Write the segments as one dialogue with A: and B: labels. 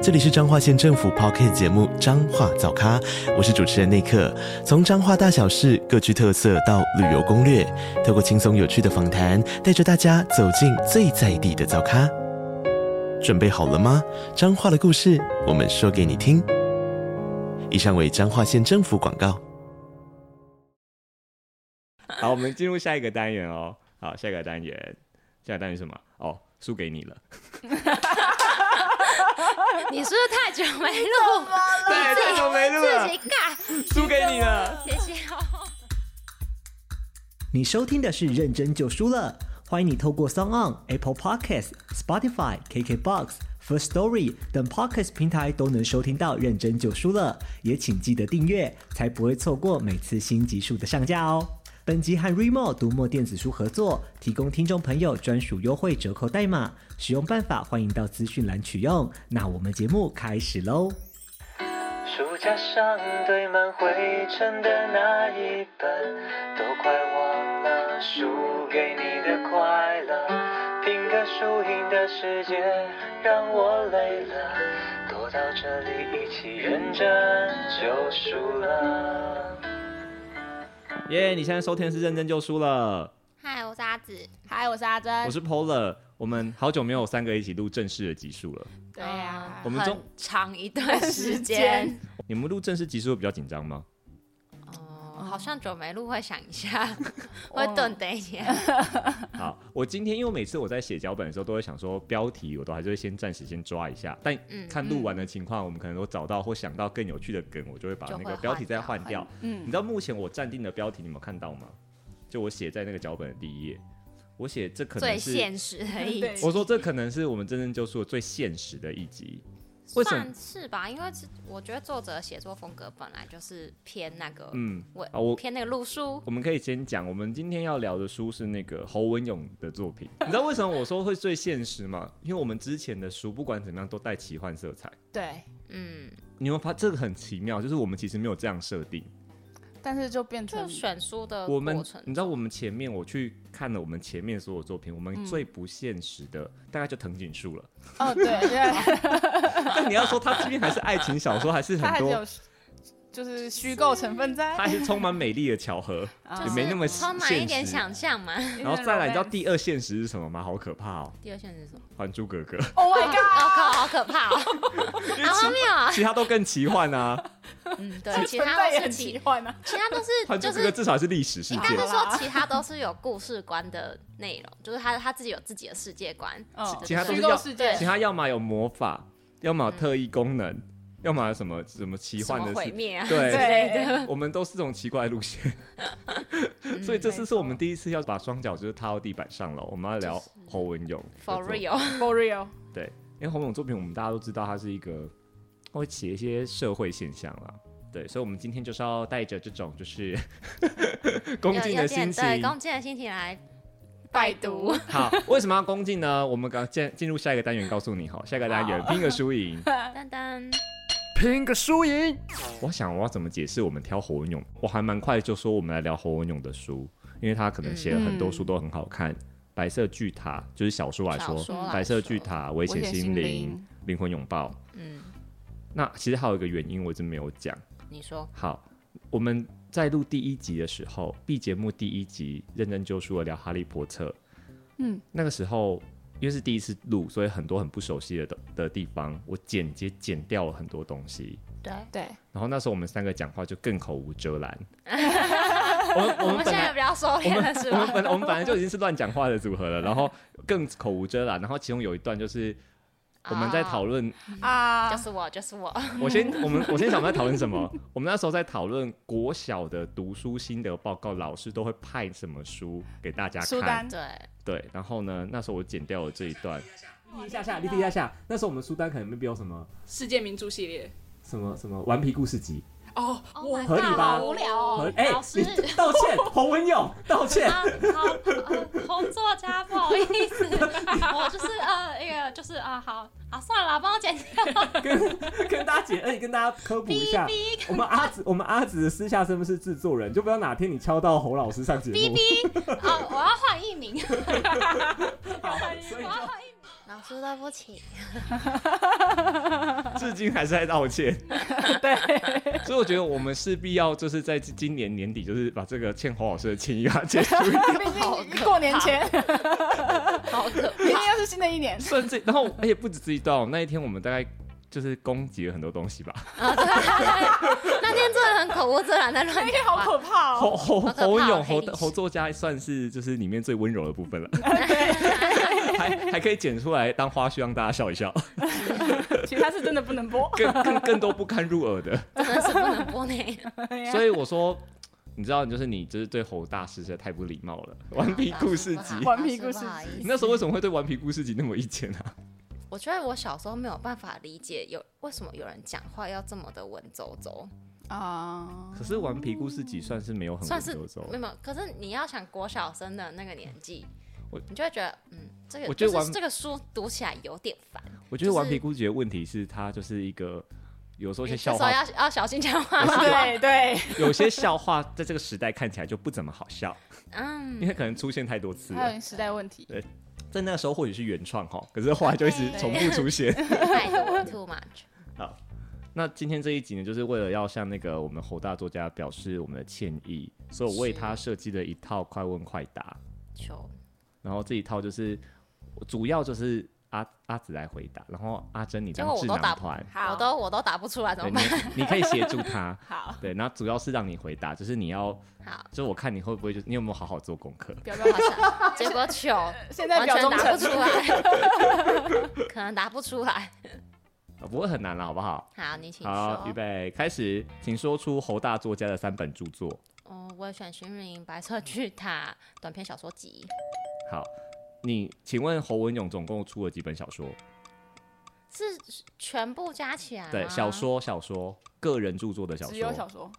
A: 这里是彰化县政府 p o c k t 节目《彰化早咖》，我是主持人内克。从彰化大小事各具特色到旅游攻略，透过轻松有趣的访谈，带着大家走进最在地的早咖。准备好了吗？彰化的故事，我们说给你听。以上为彰化县政府广告。
B: 好，我们进入下一个单元哦。好，下一个单元，下一个单元是什么？哦，输给你了。
C: 你是不是太久没录
B: 对，太久没录
C: 自
B: 了，
C: 己尬？
B: 输给你了。
C: 谢谢哦。
D: 你收听的是《认真就输了》，欢迎你透过 s o n On、Apple Podcasts、Spotify、KKBox、First Story 等 Podcast 平台都能收听到《认真就输了》，也请记得订阅，才不会错过每次新集数的上架哦。本集和 Remo 读墨电子书合作，提供听众朋友专属优惠折扣代码，使用办法欢迎到资讯栏取用。那我们节目开始喽。
E: 书架上堆满灰尘的那一本，都快忘了输给你的快乐。拼个输赢的世界让我累了，躲到这里一起认真就输了。
B: 耶、你现在收听的是认真就输了，
C: 嗨，我是阿紫。
F: 嗨，我是阿珍。
B: 我是 Polar。我们好久没有三个一起录正式的集数了。
F: 对啊，
B: 我们中
F: 很长一段时间，
B: 你们录正式集数比较紧张吗？
C: 哦，好像久没录，会想一下，
F: 哦
C: 会顿等一下。
B: 好，我今天因为每次我在写脚本的时候，都会想说标题，我都还是会先暂时先抓一下，但
C: 嗯
B: 看录完的情况，我们可能都找到或想到更有趣的梗，我就会把
C: 就
B: 那
C: 会
B: 个标题再
C: 换掉
B: 换掉。你
F: 嗯
B: 知道目前我暂定的标题，你们有看到吗？就我写在那个脚本的第一页，我写这可
C: 最
B: 能是，
C: 现实的一
F: 对
C: 集，
B: 我说这可能是我们真正救赎的最现实的一集。为什么
C: 算？是吧，因为是我觉得作者的写作风格本来就是偏那个，
B: 嗯，
C: 我
B: 啊我
C: 偏那个路书。
B: 我们可以先讲，我们今天要聊的书是那个侯文勇的作品。你知道为什么我说会最现实吗？因为我们之前的书不管怎么样都带奇幻色彩。
F: 对，
C: 嗯，
B: 你们发这个很奇妙，就是我们其实没有这样设定。
F: 但是就变
C: 就
F: 成
C: 选书的
B: 我们
C: 呃过程
B: 你知道我们前面我去看了我们前面所有作品，我
C: 嗯
B: 们最不现实的、大概就藤井 树了。
F: 哦，对对，
B: 但你要说它即便还是爱情小说，还是
F: 它还
B: 很
F: 是
B: 多
F: 有，就是虚构成分在
B: 它，还是充满美丽的巧合，
F: 啊
B: 也没那么
C: 哦就是充满一点
B: 现实
C: 想象嘛。
B: 然后再来，你知道
F: romance
B: 第二现实是什么吗？好可怕哦，
C: 第二现实是什么？
B: 《还珠格格》
F: Oh
C: 我
F: my god！
C: 靠，好可怕哦！
B: 因为
C: 好荒
B: 其，
C: 谬啊！
B: 其他都更奇幻啊，
C: 嗯，对， 其
F: 存
C: 他
F: 在
C: 都
F: 也
C: 是
F: 很
C: 其
F: 奇幻啊！
C: 其他都
B: 《还珠
C: 是就
B: 格格》
C: 是
B: 至少是历史事
C: 应该
B: 件
C: 是。
F: 啦
C: 说其他都是有故事观的内容，就是他他自己有自己的世界观。
F: 哦，
B: 其他都是
F: 虚
B: 要
F: 构世界
B: 其，他要么有魔法，要么有特异功能，要么有什么什么奇
C: 嗯什
B: 幻
C: 么
B: 的
C: 毁
B: 事。
C: 灭啊
B: 对
C: 之类的，
B: 我们都是这种奇怪的路线，
C: 嗯
B: 所以这次是我们第一次要把双脚就是踏到地板上了。我们要聊侯文勇的
C: For
B: 作品
C: real，
F: for real，
B: 对，因为侯文勇作品我们大家都知道，它是一个会写一些社会现象啦。对，所以，我们今天就是要带着这种就是 恭敬
C: 有
B: 的
C: 有
B: 心
C: 点
B: 情，
C: 对恭敬的心情来拜
F: 拜
C: 读
F: 读。
B: 好，为什么要恭敬呢？我们刚进进入下一个单元，告诉你哈，下一个单元拼个输赢，
C: 噔噔，
B: 拼个输赢。我想我要怎么解释我们挑侯文勇？我还蛮快就说我们来聊侯文勇的书，因为他可能写了很多书都很好看，白色巨塔》就是小说来说，
C: 小说来
B: 白色巨塔》《危险
F: 危险
B: 心
F: 心
B: 灵》《
F: 灵
B: 灵魂拥抱》。
C: 嗯，
B: 那其实还有一个原因我一直没有讲。
C: 你说
B: 好，我们在录第一集的时候，B 节目第一集认真就书了聊《哈利波特》。
F: 嗯，
B: 那个时候因为是第一次录，所以很多很不熟悉的的的地方，我剪接剪掉了很多东西。
C: 对。
F: 对，
B: 然后那时候我们三个讲话就更口无遮拦。我们我
C: 我
B: 们本
C: 们现在
B: 来
C: 比较收敛了，是
B: 我们
C: 吧？
B: 本我们本来就已经是乱讲话的组合了，然后更口无遮拦。然后其中有一段就是我们在讨论
C: 嗯
F: 啊
C: 就，是我，就是我。
B: 我先，我们我先想我们在讨论什么？ 我们那时候在讨论国小的读书心得报告，老师都会派什么书给大家
F: 书
B: 看
F: 单？
C: 对，
B: 对，然后呢，那时候我剪掉了这一段。一下下，立一下下。那时候我们书单可能 maybe 有什么
G: 世界名著系列。
B: 什么什么顽皮故事 集，
G: 哦，
C: Oh my
B: 合理吧哎
C: God，好无聊哦。老师，
B: 道歉，侯文勇道歉
C: 啊好，好同作家，不好意思， 我就是呃一个就是啊、好好算了啦，帮我剪掉。
G: 跟跟大家解，而且跟大家科普一下
C: 哔，哔
G: 我们阿紫，我们阿紫的私下身份是制作人，就不知道哪天你敲到侯老师上节
C: 哔
G: 目。
C: 哔，哦，我 要换艺名，
G: 好，所以
C: 我
G: 就
C: 要换艺名。老师对不起，
B: 至今还是在道 歉。对， 所以我觉得我们势必要就是在今年年底，就是把这个欠侯老师的歉意啊结束一下。
F: 毕竟过年前，
C: 好可
F: 明天又是新的 一年，
B: 甚至，然后而且不止自己到那一天，我们大概就是攻击了很多东西吧。
C: 啊！对，那天真的很口无遮拦在乱
F: 那天好
C: 讲话。
F: 可怕哦。
B: 侯侯
C: 好可怕
B: 侯勇
C: 哦黑
B: 侯
C: 历史
B: 侯作家算是就是里面最温柔的部 分了，还还可以剪出来当花絮让大家笑一笑，
F: 其实他是真的不能 播，
B: 更更更多不堪入耳的。
C: 真的是不能播呢。
B: 所以我说，你知道，就是你就是对侯大师实在太不礼貌了，《 顽皮故事集》。
F: 顽皮故事集
C: 不好意
B: 你
C: 思
B: 那时候为什么会对《顽皮故事集》那么有意见啊？
C: 我觉得我小时候没有办法理解有为什么有人讲话要这么的文绉绉，
F: 啊，
B: 可是《顽皮故事集》算是没有很
C: 嗯算是
B: 文绉绉
C: 没有没有。可是你要想国小生的那个年纪
B: 我，
C: 你就会觉得嗯，这个
B: 我觉得
C: 就是
B: 玩
C: 这个书读起来有点烦。
B: 我觉得《
C: 就是
B: 顽皮故事集》的问题是，它就是一个有时候一些
C: 这
B: 笑
C: 时候
B: 话，
C: 要要小心讲话。
F: 对对，
B: 有些笑话在这个时代看起来就不怎么好笑，因
C: 嗯，哎
B: 为可能出现太多次
F: 还有
B: 了。
F: 你时代问题，，
B: 在那个时候或许是原创哈，可是后来就一直
C: 对
B: 重复出现。
C: 太多 too much。
B: 那今天这一集呢，就是为了要向那个我们侯大作家表示我们的歉意，所以我为
C: 是
B: 他设计了一套快问快答，
C: 求
B: 然后这一套就是主要就是阿阿紫来回答，然后阿珍你
C: 结
B: 当
C: 果我
B: 智
C: 都
B: 囊
C: 打不
B: 团，
C: 我都我都答不出来，怎
B: 对
C: 么办？
B: 你你可以协助 他
F: 好，
B: 对，然后主要是让你回答，就是你要，
C: 好，
B: 就是我看你会不会就你有没有好好做功课，
F: 不要不要，
C: 好像结果 球
F: 现在
C: 完
F: 表
C: 全
F: 忠
C: 答不
F: 诚
C: 出，来， 可能答不出来。
B: 啊不会很难了，好不好？
C: 好，你请
B: 好，
C: 说
B: 预。备开始，请说出侯大作家的三本著作。
C: 哦，我选《寻明白色巨塔》短篇小说集，
B: 好，你请问侯文勇总共出了几本小说？
C: 是全部加起来吗
B: 对，小说小说，个人著作啊的小说。
F: 只有小说，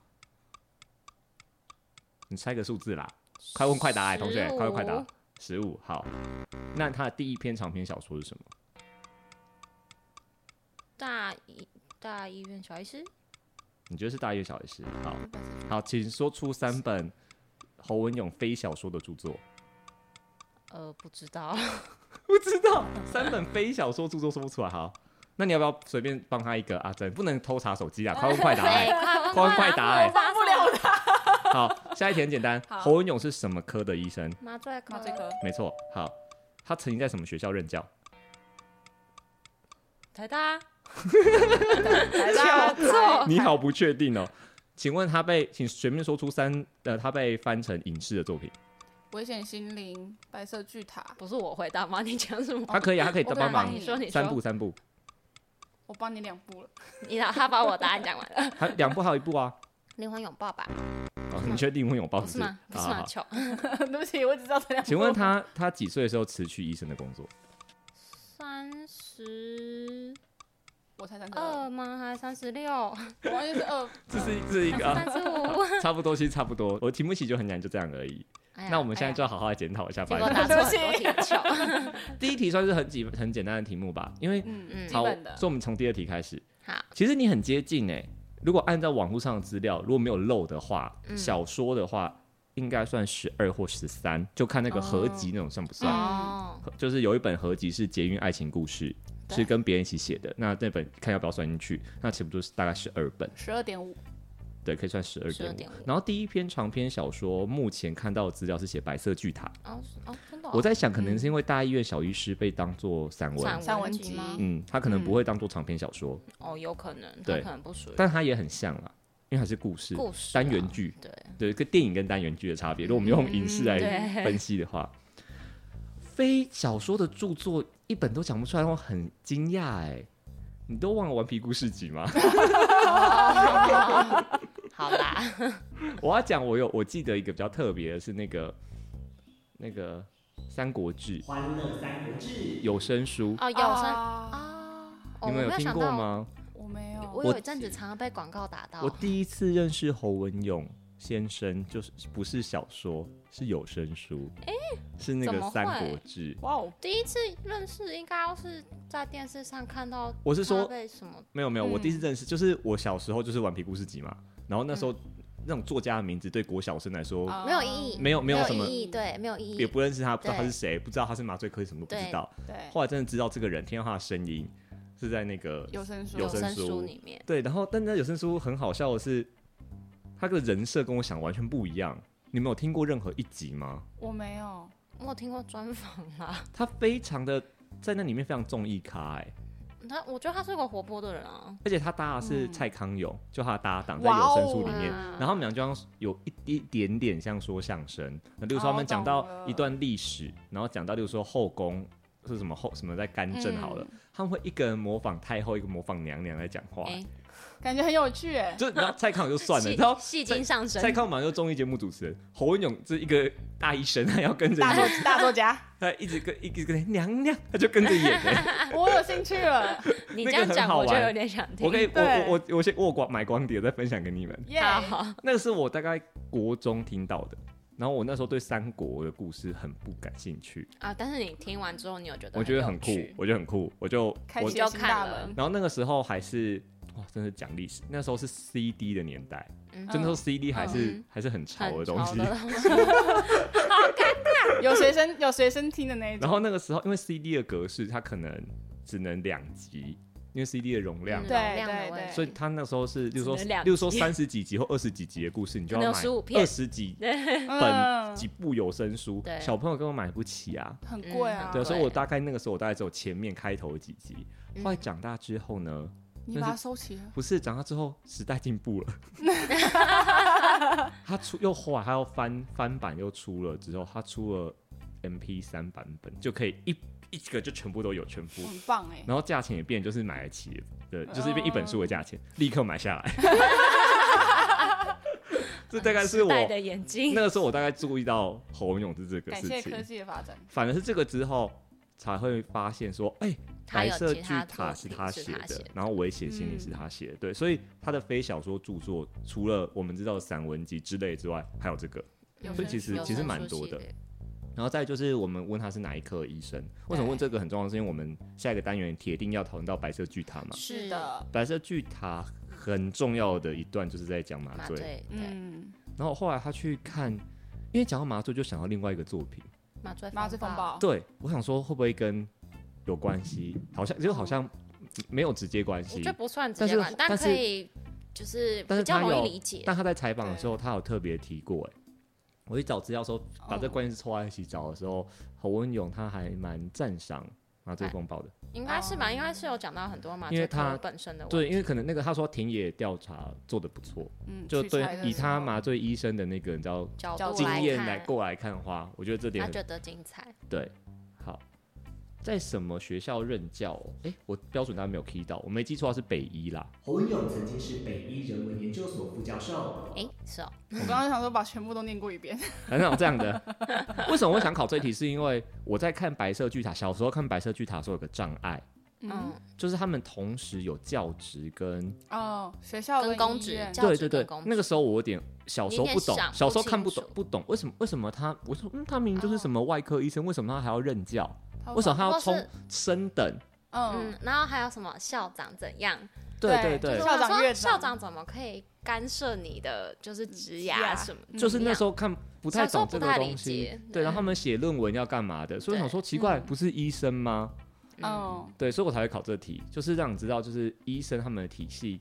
B: 你猜个数字啦，快问快答哎，同学，
C: 15
B: 快问快答，十五。好，那他的第一篇长篇小说是什么？
C: 大医大医院小医师，
B: 你觉得是大一小一是？好，好，请说出三本侯文勇非小说的著作。
C: 呃，不知道，
B: 不知道， 三本非小说著作说不出来。好，那你要不要随便帮他一个阿珍？不能偷查手机啊，快问快答哎、
C: 对，快问
B: 快问快答哎
C: 我忘不了的。
B: 好，下一题很简单。侯文勇是什么科的医生？
C: 麻醉科，
F: 麻醉科，
B: 没错。好，他曾经在什么学校任教？
C: 台大，
F: 来吧，
C: 错，
B: 你好，不确定哦。请问他被，请随便说出三，呃，他被翻成影视的作品，
F: 危险心灵、白色巨塔，
C: 不是我回答吗？你讲什么？
B: 他可以啊，他可以
F: 我
B: 帮
F: 不然
B: 忙
C: 你说，你
B: 三
C: 说
B: 部，三部，
F: 我帮你两步了，
C: 你让他把我答案讲完了。
B: 还两部还有一部啊。
C: 灵魂拥抱吧，
B: 哦，你确定会有报
C: 不是
B: 纸？
C: 吗？不是
B: 好好
C: 吗？
B: 好
C: 球，
F: 对不起，我只知道这两部。
B: 请问他他几岁的时候辞去医生的工作？
C: 三十
F: 我才三十
G: 呃
F: 二，
C: 二吗？还是三十 六？
F: 我忘记是二，
B: 这是这是一个啊，
C: 三十五？
B: 差不多，其实差不多。我题目其实就很难，就这样而已。
C: 哎呀
B: 那我们现在就
C: 哎
B: 要好好来检讨一下。
C: 呀结
B: 反
C: 果
B: 正
C: 答错 很多题，球，
B: 第一题算是很简很简单的题目吧，因为
F: 嗯
C: 嗯
F: 基
B: 好，
F: 本的
B: 所以我们从第二题开始。
C: 好，
B: 其实你很接近哎、如果按照网络上的资料，如果没有漏的话，小说的话应该算十二或十三，就看那个合集那种算不 算。嗯
C: 哦，
B: 就是有一本合集是《捷运爱情故事》，
F: 对
B: 是跟别人一起写的，那那本看要不要算进去，那岂不就是大概十二本？
F: 十二点五，
B: 对，可以算十二点
C: 12.5
B: 然后第一篇长篇小说，目前看到的资料是写《白色巨塔》
C: 哦哦，真的哦，
B: 我在想，可能是因为大医院小医师被当做散文，
C: 散
F: 散
C: 文
F: 文
C: 集
F: 集
C: 吗？
B: 嗯，他可能不会当做长篇小说，
C: 哦，有可能，他
B: 对
C: 可能不属于
B: 但他也很像啊，因为它是故事，
C: 故事啊
B: 单元剧，
C: 对，
B: 对，跟电影跟单元剧的差别。如果我们用影视
C: 嗯
B: 来
C: 对
B: 分析的话，非小说的著作一本都讲不出来，让我很惊讶哎。你都忘了《顽皮故事集》吗？
C: 好啦，
B: 我要讲，我有我记得一个比较特别的是那个那个《三国志》
H: 欢乐三国志。
B: 有声书，
C: 哦，有声
F: 啊，
C: 啊，哦
B: 你们
C: 我没
B: 听
C: 想
B: 过
C: 到？
B: 吗？
F: 我没有，
C: 我有一阵子常常被广告打到
B: 我，第一次认识侯文勇先生，就是不是小说，是有声书。哎、是那个
C: 怎么
B: 《
C: 会
B: 三国志》。
F: 哇哦，
C: 第一次认识应该要是在电视上看到，
B: 我是说
C: 被什么？
B: 没有没有，
F: 嗯
B: 我第一次认识就是我小时候就是顽皮故事集嘛，然后那时候
C: 嗯
B: 那种作家的名字对国小生来说
F: 啊
C: 没有意义，
B: 没有没
C: 哦没
B: 有
C: 有
B: 什么
C: 意义，对，没有意
B: 也
C: 义。
B: 不认识他，不知道他
C: 对
B: 是谁，不知道他是麻醉科医什么都不知
C: 对
B: 道。
F: 对，
B: 后来真的知道这个人，听到他的声音是在那个
F: 有声书，
B: 有声
C: 声
B: 书
C: 书里面，
B: 对，然后但那有声书很好笑的是，他的人设跟我想完全不一样。你们有听过任何一集吗？
F: 我没有，
C: 我有听过专访啦。
B: 他非常的在那里面非常综艺咖哎、
C: 他我觉得他是个活泼的人啊，
B: 而且他搭的是
F: 嗯
B: 蔡康永，就他的搭档在
F: 哇
B: 有
F: 哦
B: 声书里面，
C: 哇
B: 然后他们俩就像有一一点点像说相声，那例如说他们讲
F: 哦懂
B: 到
F: 了
B: 一段历史，然后讲到例如说后宫是什么后什么在干政好了，
F: 嗯
B: 他们会一个人模仿太后，一个模仿娘娘来讲话，
C: 哎，
F: 感觉很有趣哎。
B: 就然后蔡康永就算了，
C: 戏
B: 然后
C: 戏精上身
B: 蔡，康永就综艺节目主持人，侯文勇这一个大医 生，他要跟着
F: 大
B: 演，
F: 作大作家，
B: 他一直跟一直跟娘娘，他就跟着演、欸。
C: 啊
F: 我有兴趣了，
C: 你
B: 那个
C: 这样
B: 很
C: 讲
B: 好
C: 我就
B: 玩
C: 有点想听。
B: 我可以，我
F: 对
B: 我我我先我有光买光碟再分享给你们。
F: 耶！
C: 好 好，
B: 那个是我大概国中听到的，然后我那时候对三国的故事很不感兴趣，
C: 啊！但是你听完之后，你有觉得
B: 我觉得很
C: 有
B: 酷
C: 趣，
B: 我觉得很酷，我就
F: 开
B: 我
F: 启
C: 就
F: 新大
C: 看了
F: 门，
B: 然后那个时候还是哇，真是讲历史，那时候是 CD 的年代，
C: 嗯
B: 就那时候 CD 还是、
C: 嗯
B: 还是很潮的
C: 很
B: 东
C: 潮
B: 西。
C: 的
F: 有学生有学生听的那一
B: 然
F: 种，
B: 后那个时候，因为 CD 的格式，它可能只能两集，因为 CD 的容量
C: 嗯
B: 嘛，
F: 对
C: 容量的
F: 对
C: 问
F: 对
C: 题
B: 所以它那时候是，例如说，
C: 只能两
B: 例如说
C: 集
B: 三十几集或二十几集的故事，你就
C: 可
B: 要
C: 能有
B: 买
C: 15片
B: 二十几本
F: 嗯，
B: 几部有声书，
C: 对
B: 小朋友根本买不起啊。
F: 很贵
C: 嗯。
F: 啊
B: 对，
C: 对
B: 所以我大概那个时候，我大概只有前面开头几集，
C: 嗯
B: 后来长大之后呢，
F: 你把它收齐了，
B: 不是长大之后时代进步 了，他出又后来他又翻翻版又出了之后，他出了 MP 三版本，就可以一一个就全部都有全部，
F: 很棒哎。
B: 然后价钱也变，就是买得起
C: 哦
B: 的，就是变一本书的价钱，立刻买下 来。这大概是我
C: 戴的眼睛
B: 那，个时候我大概注意到侯文勇是这个
F: 感
B: 事
F: 谢科
B: 情，
F: 技的发展，
B: 反而是这个之后才会发现说，哎、
C: 他
B: 白
C: 有
B: 色
C: 其
B: 巨
C: 他
B: 塔
C: 作
B: 是
C: 品
B: 他
C: 是
B: 写
C: 他
B: 的
C: 写的，
B: 然后我也写心
C: 嗯
B: 理是他写的，对，所以他的非小说著作除了我们知道的散文集之类之外，还有这个。
F: 有
B: 所以
F: 声
B: 其实
F: 书
B: 其实蛮多的然后再就是我们问他是哪一科的医生，为什么问这个很重要？是因为我们下一个单元铁定要讨论到白色巨塔嘛。
F: 是，的，
B: 白色巨塔很重要的一段就是在讲麻
C: 麻
B: 醉，
C: 醉对
F: 嗯，
B: 然后后来他去看，因为讲到麻醉就想到另外一个作品，
C: 麻醉
F: 麻醉风暴，
C: 哦
B: 对我想说会不会跟有关系？好像就好像没有直接关
C: 我
B: 系
C: 觉得，不算直
B: 但
C: 接
B: 是
C: 管，但
B: 但是
C: 可以就是
B: 但
C: 比
B: 是
C: 较
B: 他
C: 容
B: 有
C: 易理解。
B: 但他在采访的时候，他有特别提过、哎，我去找资料说把这关键词凑在一起找的时候，侯文勇他还蛮赞赏麻醉风暴的，
C: 应该是吧，应该是有讲到很多麻
B: 因
C: 醉
B: 为他
C: 科本身的问
B: 对，
C: 题
B: 因为可能那个他说田野调查做的不错，
F: 嗯，
B: 就
F: 取
B: 对
F: 材的
B: 以
F: 时
B: 他
F: 候
B: 麻醉医生的那个你知道
C: 角
F: 角
C: 度
F: 度
B: 经
C: 来
B: 验
C: 看，
B: 来过来看的话，我觉得这点
C: 他
B: 很
C: 觉得精彩。
B: 对，好，在什么学校任教、哦？哎、我标准答案没有 key 到，我没记错的话是北医啦。
D: 侯文勇曾经是北医人文研究所副教授，
C: 哎，是哦，
F: 我刚刚想说把全部都念过一遍，
B: 很少这样的。 为什么我想考这一题？是因为我在看《白色巨塔》，小时候看《白色巨塔》的时候有个障碍，
C: 嗯，，
B: 就是他们同时有教职跟
F: 哦，学校
C: 跟公职
F: 医院
C: 教
B: 对
C: 职
B: 对
C: 跟
B: 对
C: 公，职
B: 那个时候我有点小时候不懂
C: 你有点想，
B: 小时候看
C: 不
B: 不
C: 清
B: 懂
C: 楚
B: 不懂为什么为什么他我说嗯，他明明就是什么外科医生，为什么他还要任教？
F: 他
B: 为什么他要
C: 哦或是
B: 冲升等？
F: 嗯
C: 嗯，，然后还有什么校长怎样？
B: 对对
F: 对
B: 对
F: 就，是校
C: 我
F: 长
C: 想说
F: 院长
C: 校长怎么可以干涉你的就是职涯
F: 职涯
C: 什么？
B: 嗯就是
C: 怎么
B: 那
C: 样
B: 时候看不太懂这个东西
C: 小时候不太理解，
B: 对，然后他们写论文要干嘛的，所以我想说奇怪，不是医生吗？
F: 嗯，
B: 对，所以我才会考这题，就是让你知道，就是医生他们的体系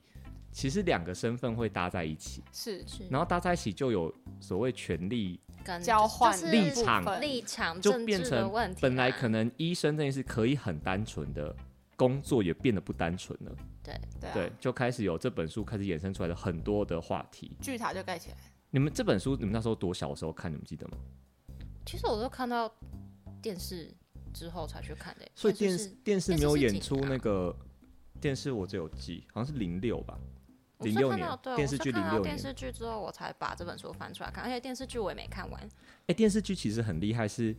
B: 其实两个身份会搭在一起，
F: 是
C: 是
B: 然后搭在一起就有所谓权利，
C: 跟
F: 交换
C: 就是
B: 立场
C: 立场
B: 就
C: 政
B: 变
C: 治的
B: 成
C: 问题啊，
B: 本来可能医生这件事可以很单纯的。工作也变得不单纯了，
F: 对啊
B: 对，就开始有这本书开始衍生出来的很多的话题。
F: 巨塔就盖起来，
B: 你们这本书，你们那时候多小的时候看，你们记得吗？
C: 其实我都看到电视之后才去看的，
B: 所以
C: 就
B: 电
C: 是
B: 视电视没有演出
C: 电视是几年啊
B: 那个电视，我只有记，好像是零六吧，
C: 我是
B: 零六
C: 看
B: 年
C: 到对
B: 电
C: 我
B: 视
C: 是
B: 剧
C: 看
B: 零
C: 到
B: 六
C: 电
B: 年。
C: 视剧之后，我才把这本书翻出来看，而且电视剧我也没看完。
B: 哎、电视剧其实很厉害，是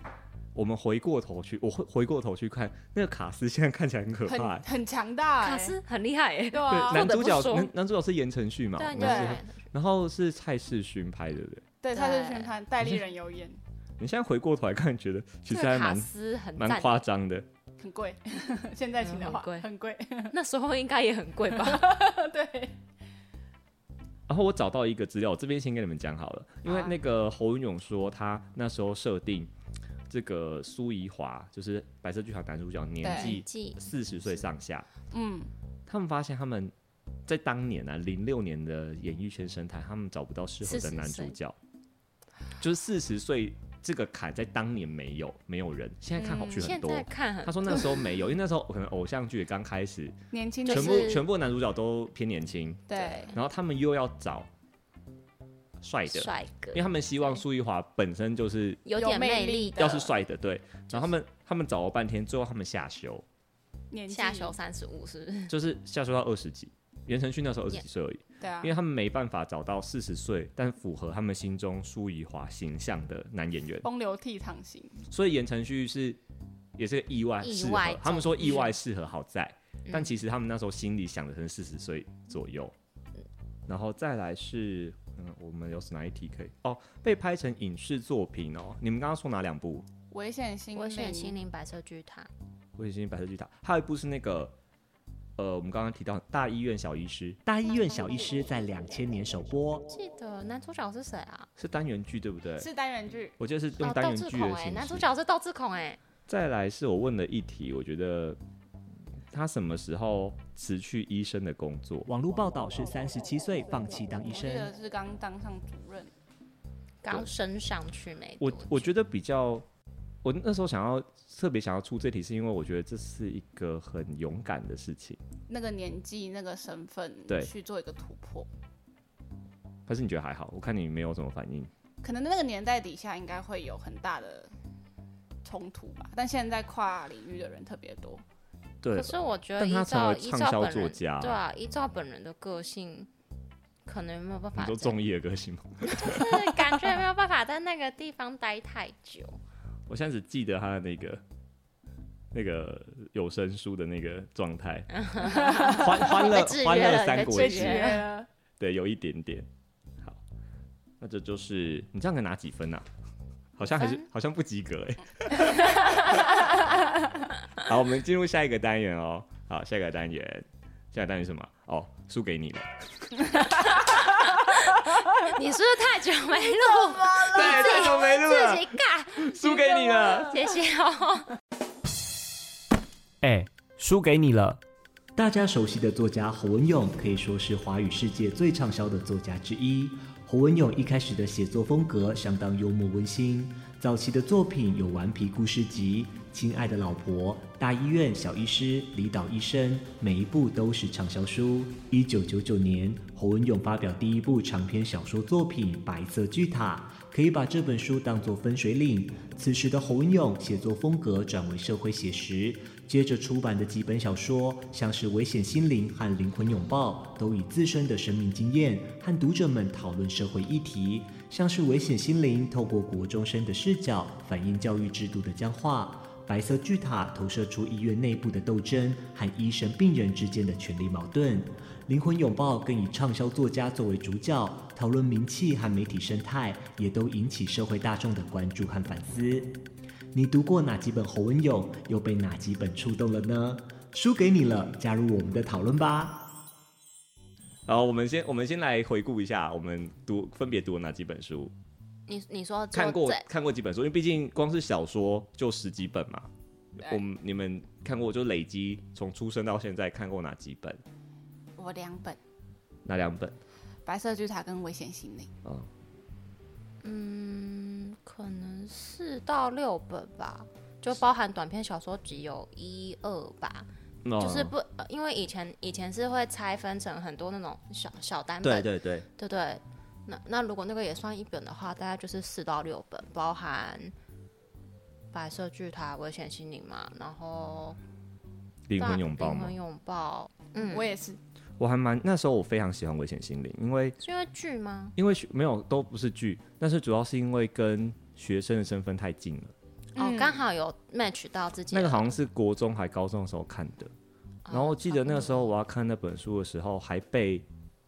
B: 我们回过头去，我会回过头去看那个卡斯，现在看起来很可怕、
F: 很
B: 欸。
F: 很强大欸，
C: 卡斯很厉害耶，
F: 对
B: 对，
F: 啊，
B: 男主角
C: 不得不说
B: 男男主角是言承旭嘛，
C: 对啊，
B: 我
C: 你
B: 们
C: 就是
B: 然后是蔡世勋拍的，对不对？
F: 对，他是
C: 对
F: 宣传戴立人有演，
B: 你现在回过头来看，觉得其
C: 这
B: 实
C: 个
B: 还
C: 卡
B: 蛮
C: 斯很
B: 蛮
C: 赞，
B: 夸张的。
G: 很贵。现在请的话
C: 嗯很贵
G: 很贵，
C: 那时候应该也很贵 吧？
G: 对，
B: 然后我找到一个资料，我这边先跟你们讲好了，因为
G: 好啊
B: 那个侯文勇说他那时候设定这个苏怡华，就是白色巨塔男主角年纪
C: 记
B: 四十岁上下，
G: 嗯，
B: 他们发现他们在当年啊，零六年的演艺圈生态，他们找不到适合的
C: 40
B: 男主
C: 岁
B: 角，就是四十岁这个坎在当年没有没有人，现在看好剧很
C: 嗯现
B: 多。
C: 在看很
B: 他说那时候没有，因为那时候可能偶像剧也刚开 始，
G: 年轻
C: 嗯就
B: 全
C: 是
B: 部全部男主角都偏年轻，
G: 对，
B: 然后他们又要找帅的，
C: 帅哥
B: 因为他们希望苏玉华本身就是
C: 有
G: 有
C: 点
G: 魅
C: 魅
G: 力
C: 力
G: 的
B: 要是帅的，对。然后他们他们找了半天，最后他们下修，
G: 年纪
C: 下修三十五是不是？
B: 就是下修到二十几。袁承旭那时候二十几岁而已，
G: 对啊
B: 因，为他们没办法找到四十岁但符合他们心中苏怡华形象的男演员，
G: 风流倜傥型，
B: 所以言承旭是也是个意外
C: 意
B: 适合
C: 外。
B: 他们说
C: 中
B: 意外适合好在，
C: 嗯
B: 但其实他们那时候心里想的可能四十岁左右。
C: 嗯
B: 然后再来是，嗯，我们有哪一题可以？哦，被拍成影视作品哦。你们刚刚说哪两部？
G: 危险心
C: 我选
G: 灵
C: 心灵白色巨塔，
B: 我已经白色巨塔，还有一部是那个，呃，我们刚刚提到《大医院小医师》，
D: 大医院小医师在两千年首播，
C: 记
G: 嗯
C: 得男主角是谁啊？
B: 是单元剧对不对？
G: 是单 元剧，
B: 我记得是用
C: 哦，
B: 单
C: 窦
B: 元
C: 智
B: 剧的
C: 孔哎、
B: 形
C: 男
B: 式。
C: 主角是窦智孔哎、
B: 再来是我问了一题，我觉得他什么时候辞去医生的工作？
D: 网络报道是三十七岁放弃当医
G: 我记
D: 生。
G: 得是刚当上主任，
C: 刚升上去没多
B: 我
C: 久？
B: 我觉得比较，我那时候想要特别想要出这题，是因为我觉得这是一个很勇敢的事情。
G: 那个年纪那个身份
B: 对
G: 去做一个突破，
B: 还是你觉得还好？我看你没有什么反应。
G: 可能那个年代底下应该会有很大的冲突吧，但现在跨领域的人特别多，
B: 对
C: 可，是我觉得
B: 但
C: 依
B: 他成
C: 照
B: 为
C: 依
B: 畅
C: 照
B: 销
C: 本
B: 作
C: 人
B: 家
C: 对啊，依照本人的个性，可能没有办
B: 你
C: 法
B: 都
C: 在，
B: 中意的个性吗？
C: 就是 感觉没有办法在那个地方待太久。
B: 我现在只记得他的那个那个有声书的那个状 态，欢欢乐
C: 被制约
B: 欢乐
C: 了
B: 三国
C: 被
B: 志
C: 制约，
G: 了，
B: 对，有一点点。好，那这就是你这样可以拿几分啊？好像还是
C: 五分
B: 好像不及格哎、好，我们进入下一个单元哦。好，下一个单元，下一个单元是什么？哦，输给你了。
C: 你是不是太久没录，
B: 对，太久没录
C: 自
B: 了，
C: 己尬？
B: 输给你了。
C: 谢谢哦。
I: 哎，输给你了。
D: 大家熟悉的作家侯文咏可以说是华语世界最畅销的作家之一。侯文咏一开始的写作风格相当幽默温馨，早期的作品有《顽皮故事集》《亲爱的老婆》《大医院小医师》《离岛医生》，每一部都是畅销书。一九九九年，侯文咏发表第一部长篇小说作品《白色巨塔》，可以把这本书当作分水岭。此时的侯文咏写作风格转为社会写实，接着出版的几本小说，像是《危险心灵》和《灵魂拥抱》，都以自身的生命经验和读者们讨论社会议题。像是《危险心灵》透过国中生的视角，反映教育制度的僵化；《白色巨塔》投射出医院内部的斗争和医生病人之间的权力矛盾；《灵魂拥抱》更以畅销作家作为主角，讨论名气和媒体生态，也都引起社会大众的关注和反思。你读过哪几本侯文咏，又被哪几本触动了呢？输给你了，加入我们的讨论吧！
B: 然后我们先我们先来回顾一下，我们读分别读了哪几本书，
C: 你你说就
B: 看过
C: 这
B: 看过几本书，因为毕竟光是小说就十几本嘛。
G: 对
B: 我们你们看过就累积从出生到现在看过哪几本？
G: 我两本
B: 哪两本？
G: 《白色巨塔》跟《危险心灵》，
B: 嗯，
C: 嗯，可能四到六本吧，就包含短篇小说集有一二吧，
B: 那
C: 就是不、呃因为以前以前是会拆分成很多那种小小单
B: 对
C: 本，
B: 对对，
C: 对对那那如果那个也算一本的话，大概就是四到六本，包含白色巨塔、危险心灵嘛，然后
B: 灵魂
C: 大
B: 拥抱
C: 啊灵
B: 嘛
C: 魂。拥抱，嗯，
G: 我也是，
B: 我还蛮那时候我非常喜欢危险心灵，因为
C: 是因为剧吗？
B: 因为学没有都不是剧，但是主要是因为跟学生的身份太近了。
C: 哦，刚好有 match 到自己
B: 那
C: 的，哦
B: 个好像是国中还高中的时候看的，
C: 啊
B: 然后我记得那个时候我要看那本书的时候，还被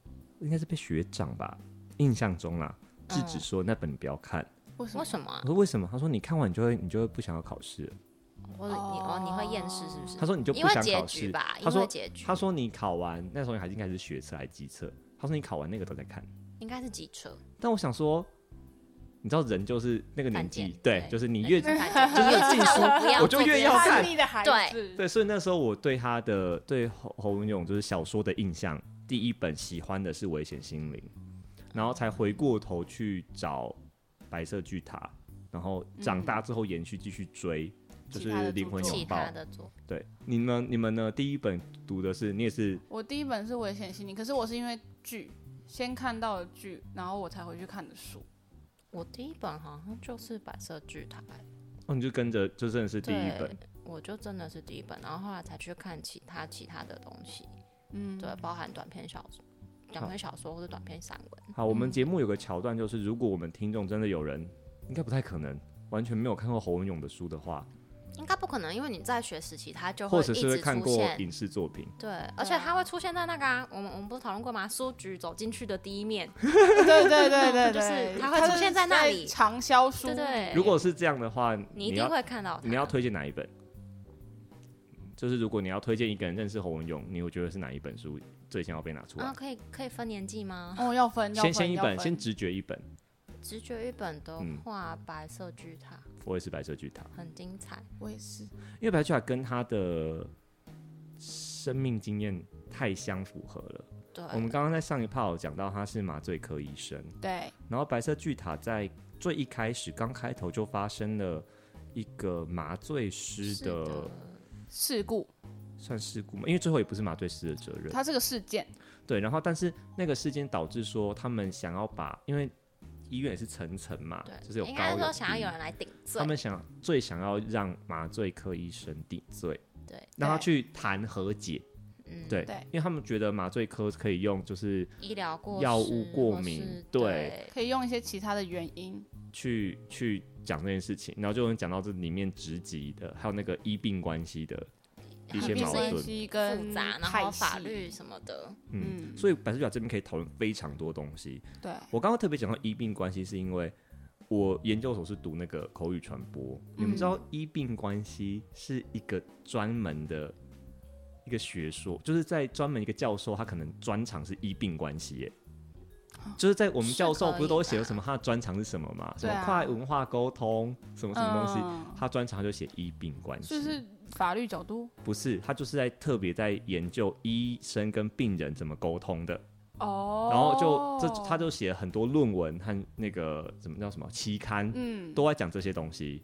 C: 嗯
B: 应该是被学长吧，印象中啦制止说那本你不要看，
G: 为什么
C: 为？什么啊
B: 我？说为什么？他说你看完你就会你就会不想要考试了。
C: 或者你哦，你会厌世是不是？
B: 他说你就不
C: 因为
B: 想
C: 结
B: 考
C: 局
B: 试
C: 吧，
B: 他
C: 因
B: 说
C: 为结局，
B: 他说你考完那时候你还应该是学测还是机测，他说你考完那个都在看。
C: 应该是机车，
B: 但我想说，你知道人就是那个年纪
C: 犯贱，
B: 对
C: 对，
B: 就是你越
C: 就是
B: 就是禁书
C: 不要
B: 我就
C: 做
B: 越
C: 这
B: 要
C: 件事
B: 看
G: 叛逆的孩子，
B: 对，所以那时候我对他的对侯侯文勇就是小说的印象，第一本喜欢的是《危险心灵》，然后才回过头去找《白色巨塔》，然后长大之后延续继续追，就是
G: 其他的
B: 《灵魂
G: 著作
C: 嗯其
B: 拥抱
C: 他》。的做。
B: 对，你们你们呢？第一本读的是你也是
G: 我第一本是《危险心灵》，可是我是因为剧先看到了剧，然后我才回去看的书。
C: 我第一本好像就是白色巨塔，
B: 哦，你就跟着就真的是第一
C: 对
B: 本，
C: 我就真的是第一本，然后后来才去看其他其他的东西，
G: 嗯，
C: 对，包含短篇小说、短篇小说或者短篇散文。
B: 好，我们节目有个桥段，就是如果我们听众真的有人，应该不太可能，完全没有看过侯文勇的书的话，
C: 应该不可能，因为你在学时期它就会
B: 或
C: 一
B: 者是会
C: 直
B: 看
C: 出
B: 过
C: 现，
B: 影视作品，
C: 对，而且它会出现在那个、啊、我们我们不是讨论过吗？书局走进去的第 一面，
G: 对对对对对，
C: 就是它
G: 它
C: 会出现在那里
G: 畅销书
C: 对对，
B: 如果是这样的话，
C: 你一
B: 你
C: 定
B: 要
C: 会看到它
B: 你要啊推荐哪一本？就是如果你要推荐一个人认识侯文勇，你会觉得是哪一本书最先要被拿出
C: 啊，
B: 来？
C: 可以可以分年纪吗？
G: 哦，要分，要
B: 先
G: 分
B: 先一
G: 要
B: 本，
G: 分
B: 先直觉一本，
C: 直觉一本的
B: 嗯
C: 话，白色巨塔
B: 我也是白色巨塔，》
C: 很精彩，
G: 我也是，
B: 因为白色巨塔跟他的生命经验太相符合了。
C: 对，
B: 我们刚刚在上一趴有讲到他是麻醉科医生，
G: 对，
B: 然后白色巨塔在最一开始刚开头就发生了一个麻醉师
C: 是
B: 的
C: 的
G: 事故，
B: 算事故嘛，因为最后也不是麻醉师的责任。
G: 它这个事件，
B: 对，然后但是那个事件导致说他们想要把，因为医院也是层层嘛，
C: 对，
B: 啊就是有
C: 应
B: 高
C: 该
B: 有
C: 是说想要
B: 低
C: 有人来顶罪
B: 他，们想最想要让麻醉科医生顶罪，
C: 对，
B: 让他去谈和解。
C: 嗯，
B: 对，
G: 对
B: 因为他们觉得麻醉科可以用就是
C: 医疗过
B: 药
C: 失
B: 物过
C: 或
B: 敏
C: 是
B: 对
C: 对，
G: 可以用一些其他的原因，
B: 去去讲这件事情，然后就能讲到这里面职级的，还有那个医病关系的一
C: 很
B: 些
C: 复
B: 矛
C: 杂
B: 盾
G: 关。系跟
C: 复杂，然
G: 派
C: 后法
G: 系
C: 律，什么的，
B: 嗯，
G: 嗯
B: 所以百事角这边可以讨论非常多东西。
G: 对，
B: 我刚刚特别讲到医病关系，是因为我研究所是读那个口语传播，你们知
G: 嗯
B: 道医病关系是一个专门的一个学说，就是在专门一个教授，他可能专长是医病关系耶。
G: 哦
B: 就是在我们
C: 是
B: 教授
C: 可
B: 不是都会
C: 以
B: 写有
C: 吧
B: 什么他的专长是什么嘛？什
G: 对
B: 么
G: 啊
B: 跨文化沟通，什么什么东西？
G: 嗯
B: 他专长就写医病关系，
G: 就是法律角度，
B: 不是他就是在特别在研究医生跟病人怎么沟通的，
G: 哦，
B: 然后就这他就写了很多论文和那个怎么叫什么期刊，
G: 嗯，
B: 都在讲这些东西，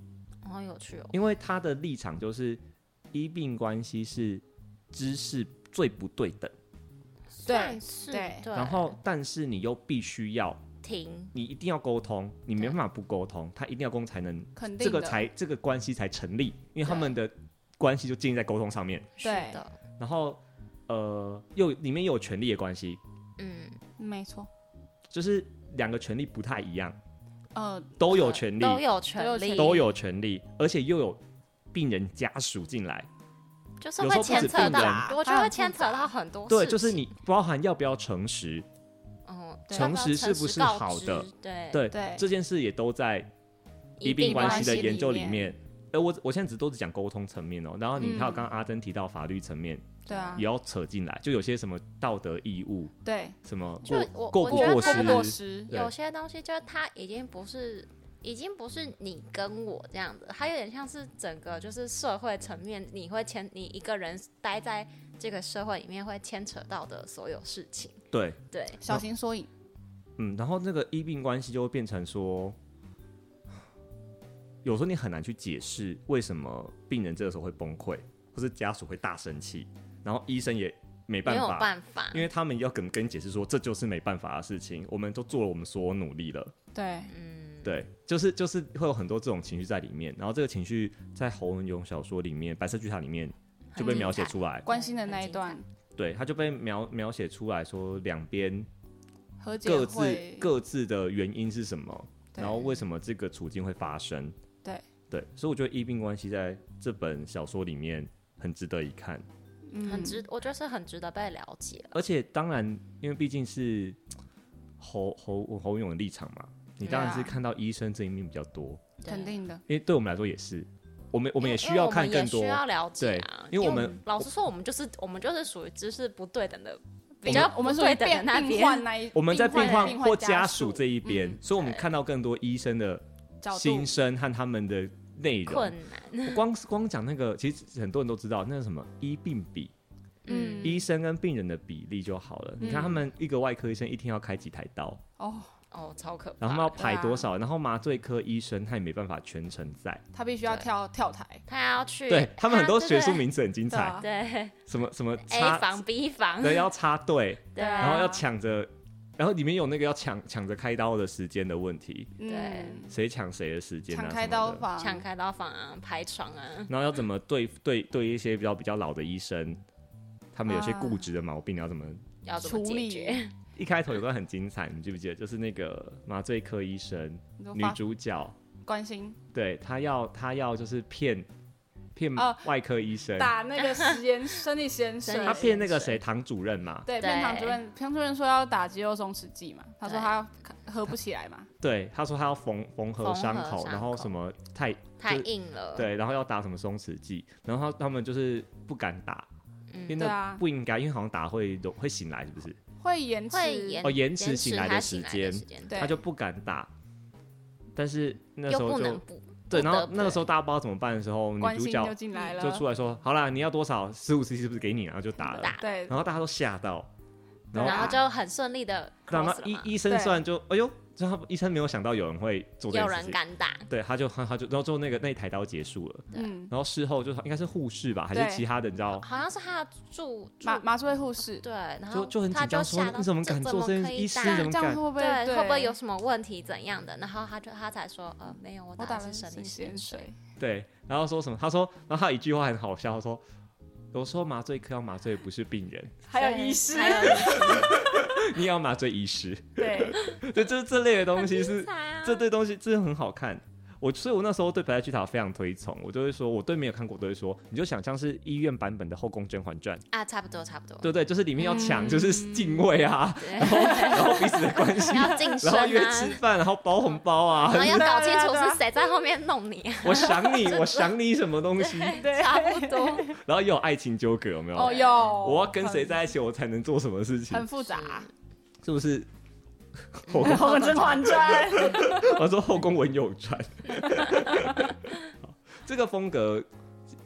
C: 好有趣哦，
B: 因为他的立场就是医病关系是知识最不对等，
G: 对
C: 算是
G: 对
C: 对，
B: 然后但是你又必须要
C: 停，
B: 你一定要沟通，你没
C: 对
B: 办法不沟通，他一定要沟通才能
G: 肯定
B: 这个
G: 的
B: 才这个关系才成立，因为他们的关系就建立在沟通上面。
C: 是
G: 对
C: 的，
B: 然后呃，又里面又有权利的关系，
C: 嗯，
G: 没错，
B: 就是两个权利不太一样，
G: 呃，
B: 都有权利，
C: 都有权
G: 有
C: 利，
G: 权利
B: 都有权利，而且又有病人家属进来，
C: 就是
B: 有时
C: 会
B: 候不止
C: 牵扯
B: 病
C: 到
B: 人，
C: 我觉
G: 它
C: 得会
G: 很
C: 牵
G: 复
C: 扯
G: 杂
C: 到很多事情，
B: 对，就是你包含要不要诚实，
C: 嗯，
G: 对
C: 要
B: 诚
C: 要
B: 实是
C: 诚
B: 不
C: 实
B: 是
C: 告
B: 好
C: 知
B: 的，
C: 对
B: 对，
G: 对
B: 这件事也都在
C: 医
B: 医病
C: 病
B: 关
C: 关
B: 系的
C: 系
B: 研
G: 里
B: 究里
G: 面
B: 面。呃，我我现在只都是讲沟通层面哦，然后你还有刚
G: 嗯
B: 刚阿珍提到法律层面
G: 对啊
B: 也，要扯进来，就有些什么道德义务，
G: 对，
B: 什么
C: 就
B: 过
C: 我
B: 过
C: 我
B: 不
C: 觉得
B: 过
C: 他
G: 过
C: 们
G: 不过
B: 失，
G: 时，
B: 对
C: 有些东西就是它已经不是，已经不是你跟我这样子，它有点像是整个就是社会层面，你会牵你一个人待在这个社会里面会牵扯到的所有事情，
B: 对，
C: 对，
G: 小心缩影，
B: 嗯，然后那个医病关系就会变成说，有时候你很难去解释为什么病人这个时候会崩溃，或是家属会大生气，然后医生也没
C: 没
B: 办
C: 有
B: 法，
C: 办法
B: 因，为他们要跟跟你解释说这就是没办法的事情，我们都做了我们所有努力了，
G: 对，
C: 嗯，
B: 对，就是就是会有很多这种情绪在里面，然后这个情绪在侯文勇小说里面《白色巨塔》里面就被
C: 很
B: 描
C: 精
B: 写
C: 彩
B: 出来，
G: 关心的那一段
C: 嗯
B: 对，他就被描描写出来说两边
G: 和解
B: 各自
G: 会，
B: 各自的原因是什么，
G: 对
B: 然后为什么这个处境会发生？
G: 对
B: 对，所以我觉得医病关系在这本小说里面很值得一看，
G: 嗯
C: 很值，我觉得是很值得被了解了，
B: 而且当然，因为毕竟是侯侯侯文勇的立场嘛，你当然是
G: 对啊
B: 看到医生这一面比较多，
C: 对
G: 肯定的，
B: 因为对我们来说也是，我们我
C: 我
B: 们也需要看更多
C: 需。要了解啊。
B: 对因为我们
C: 老实说，我们就是我们就是属于知识不对等的，比
G: 比
C: 较
G: 较我们
C: 不
G: 属
C: 对
G: 于
C: 等的
G: 病
C: 那
G: 病患
C: 边。
G: 那一，
B: 我们在病
G: 病
B: 患或
G: 家
B: 家属这一边，所以我们看到更多医生的
G: 角度
B: 心，声和他们的内容
C: 困。难，
B: 我光光讲那个，其实很多人都知道那是什么医病比，
C: 嗯，
B: 医生跟病人的比例就好了。你看他们一个外科医生一天要开几台刀，
G: 哦，
C: 哦，超可怕。
B: 然后他们要
G: 对啊
B: 排多少，然后麻醉科医生他也没办法全程在。
G: 他必须要
C: 对
G: 跳跳台，
C: 他要去，
B: 对他们很多
C: 对
B: 学术，
C: 对
B: 名词很精
G: 对
B: 彩
G: 啊，
C: 对
B: 什么什么
C: A
B: 插，
C: 房 B 房，
B: 对，要插队，
C: 对啊，
B: 然后要抢着，然后里面有那个要抢抢着开刀的时间的问题，
C: 对
G: 嗯，
B: 谁抢谁的时间啊，
G: 抢开刀
B: 吧。
G: 房，
C: 抢开刀房啊，排床啊，
B: 然后要怎么对对对一些比较比较老的医生，他们有些固执的毛病，你要怎么？
C: 要怎么
G: 处
C: 解
G: 理
C: 决？
B: 一开头有段很精彩，你记不记得？就是那个麻醉科医生
G: 你说
B: 女
G: 发
B: 主角，
G: 关心
B: 对她要她要就是骗骗
G: 哦
B: 外科医生，
G: 打那个实验生理实验
C: 生理
B: 她
G: 室。
B: 骗那个谁唐主任嘛，
G: 对，
C: 对
G: 片堂主任，片堂主任说要打肌肉松弛剂嘛，他说
C: 对
G: 他喝不起来嘛，
B: 对，她说她要缝缝合
C: 缝合
B: 伤口，
C: 伤
B: 然后
C: 口呃
B: 什么太
C: 太
B: 就是
C: 硬了，，
B: 对，然后要打什么松弛剂，然后他他们就是不敢打，因为
C: 嗯，
G: 对
B: 那
G: 啊
B: 不应该，因为好像打会容会醒来，是不是？
G: 会延迟，
C: 会延
B: 哦，延迟
C: 迟
B: 醒来
C: 他
B: 的
C: 醒
B: 时
C: 来
B: 间
C: 的，时间，
G: 对
B: 他就不敢打。但是那时
C: 又
B: 候
C: 不
B: 就
C: 能不
B: 对，
C: 不
B: 然
C: 得
B: 后
C: 不
B: 那个时候大家不知道怎么办的时候，女
G: 关
B: 主
G: 心
B: 角
G: 就进来了，
B: 就出来说：“好啦，你要多少？十五 cc 是不是给你？”然后就打了，
C: 打，
G: 对，
B: 然后大家都吓到，然后
C: 然后就很顺利的
B: 然后
C: cross 了
B: 医
C: 嘛，
B: 医生
G: 对
B: 虽然就哎呦，就他医生没有想到有人会做这件
C: 有
B: 事
C: 人
B: 情，
C: 敢打，
B: 对，他就他就然后最后那个那一台刀结束了，
G: 嗯，
B: 然后事后就是应该是护士吧，还
G: 对
B: 是其他的，你知道。
C: 好像是他的助助
G: 麻麻醉护士，
C: 对，然
B: 就
C: 后
B: 就很
C: 他
B: 紧张，说
C: 吓到
B: 你怎么敢做这件
C: 可
B: 事？
C: 以
B: 医师
C: 打
B: 怎么
G: 这样会
B: 敢？
G: 不会
C: 对，会不会
G: 对
C: 有什么问题怎样的？然后他就他才说，呃，没有，我
G: 我
C: 打
G: 打
C: 的
G: 了
C: 是生理
G: 实验
C: 盐水。
G: 水，
B: 对，然后说什么？他说，然后他有一句话很好笑，他说：“我说麻醉科要麻醉不是病人，
G: 还有
C: 对
G: 医师，
C: 还有医师
B: 你也要麻醉医师。
G: 对，”
B: 对，就是这类的东西是，这
C: 这
B: 对东西真的很好看。我所以，我那时候对白菜巨塔非常推崇，我就会说，我对没有看过都会说，你就想象是医院版本的《后宫甄嬛传》，
C: 啊，差不多差不多，
B: 对不对？就是里面要抢，就是敬畏啊，
C: 对
B: 然后然后彼此的关系，
C: 要晋升
B: 然后约
C: 啊，
B: 吃饭，然后包红包啊，
C: 然后要搞清
G: 对啊
C: 楚
G: 对啊
C: 是谁在后面弄 你，
B: 我想你，我想你什么东西，
C: 差不多。
B: 然后又有爱情纠葛，有没有？
G: 哦有，
B: 我要跟谁在一起，我才能做什么事情
G: 很？？很复杂，
B: 是不是？后宫
G: 然后《甄嬛传》
B: 我说后宫文有传， 好这个风格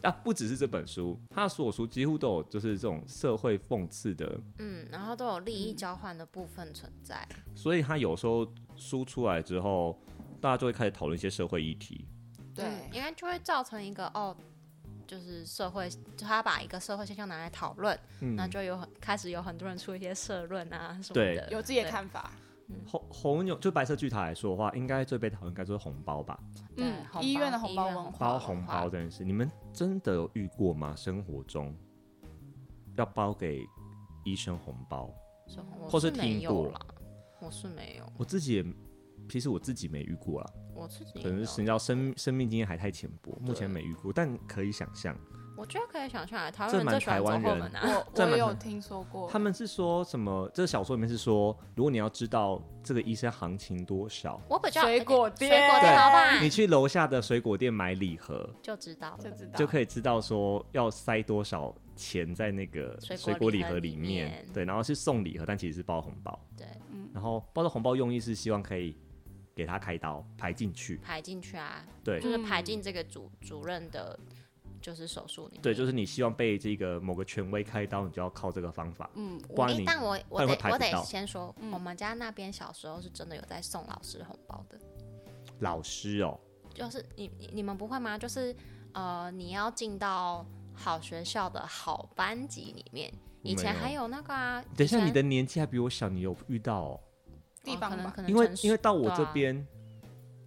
B: 啊，不只是这本书，他的所有书几乎都有就是这种社会讽刺的，
C: 嗯，然后都有利益交换的部分存在。
B: 所以他有时候书出来之后，大家就会开始讨论一些社会议题。
C: 嗯，因为就会造成一个哦，就是社会，就他把一个社会现象拿来讨论，
B: 嗯
C: 那就有很开始有很多人出一些社论啊什么
B: 对
C: 的，
G: 有自己的看法，
B: 红红牛就白色巨塔来说的话，应该最被讨论应该就是红包吧，
C: 对
G: 嗯
C: 红，包
G: 医院的红包
C: 医院
G: 文
C: 红
G: 化，
B: 包红包这件事，你们真的有遇过吗？生活中要包给医生红包？
C: 对，我
B: 或是
C: 是
B: 听
C: 没有
B: 过
C: 啦，我是没有，
B: 我自己也，其实我自己没遇过啦，
C: 我自己
B: 可能是
C: 没有
B: 你知道生生命经验还太浅薄，目前没遇过，但可以想象，
C: 我觉得可以想象啊来，台
B: 这
C: 湾人
B: 蛮
C: 最喜欢
B: 台
C: 走后
B: 湾人
C: 门啊，
G: 我
B: 这蛮
G: 也有听说过，
B: 他们是说什么？这小说里面是说，如果你要知道这个医生行情多少，
C: 我比较
G: 水果
C: 水
G: 店
C: 果店老板
B: 你去楼下的水果店买礼盒，
C: 就知道
G: 就
C: 了。
G: 知道
B: 就可以知道说要塞多少钱在那个
C: 水果
B: 水果礼
C: 礼
B: 盒
C: 盒
B: 里
C: 里
B: 面
C: 面，嗯
B: 对，然后是送礼盒，但其实是包红包，
C: 对，
B: 然后包的红包用意是希望可以给他开刀排进去，
C: 排进去啊，
B: 对
C: 就是排进这个主主任的，就是手术里面。
B: 对，就是你希望被这个某个权威开刀，你就要靠这个方法，
G: 嗯，
B: 不然
C: 诶
B: 你
C: 但我
B: 不
C: 我
B: 然会
C: 得
B: 排不
C: 我得
B: 到
C: 先说，我们家那边小时候是真的有在送老师红包的，
B: 老师哦，
C: 就是你你你们不会吗？就是呃，你要进到好学校的好班级里面，以
B: 没
C: 前
B: 有
C: 还有那个啊，
B: 等一下
C: 以前
B: 你的年纪还比我小，你有遇到哦？
G: 地
C: 哦
G: 方
C: 可能
G: 吧
C: 可能
B: 因为
C: 城市
B: 因为到我这
C: 对啊
B: 边，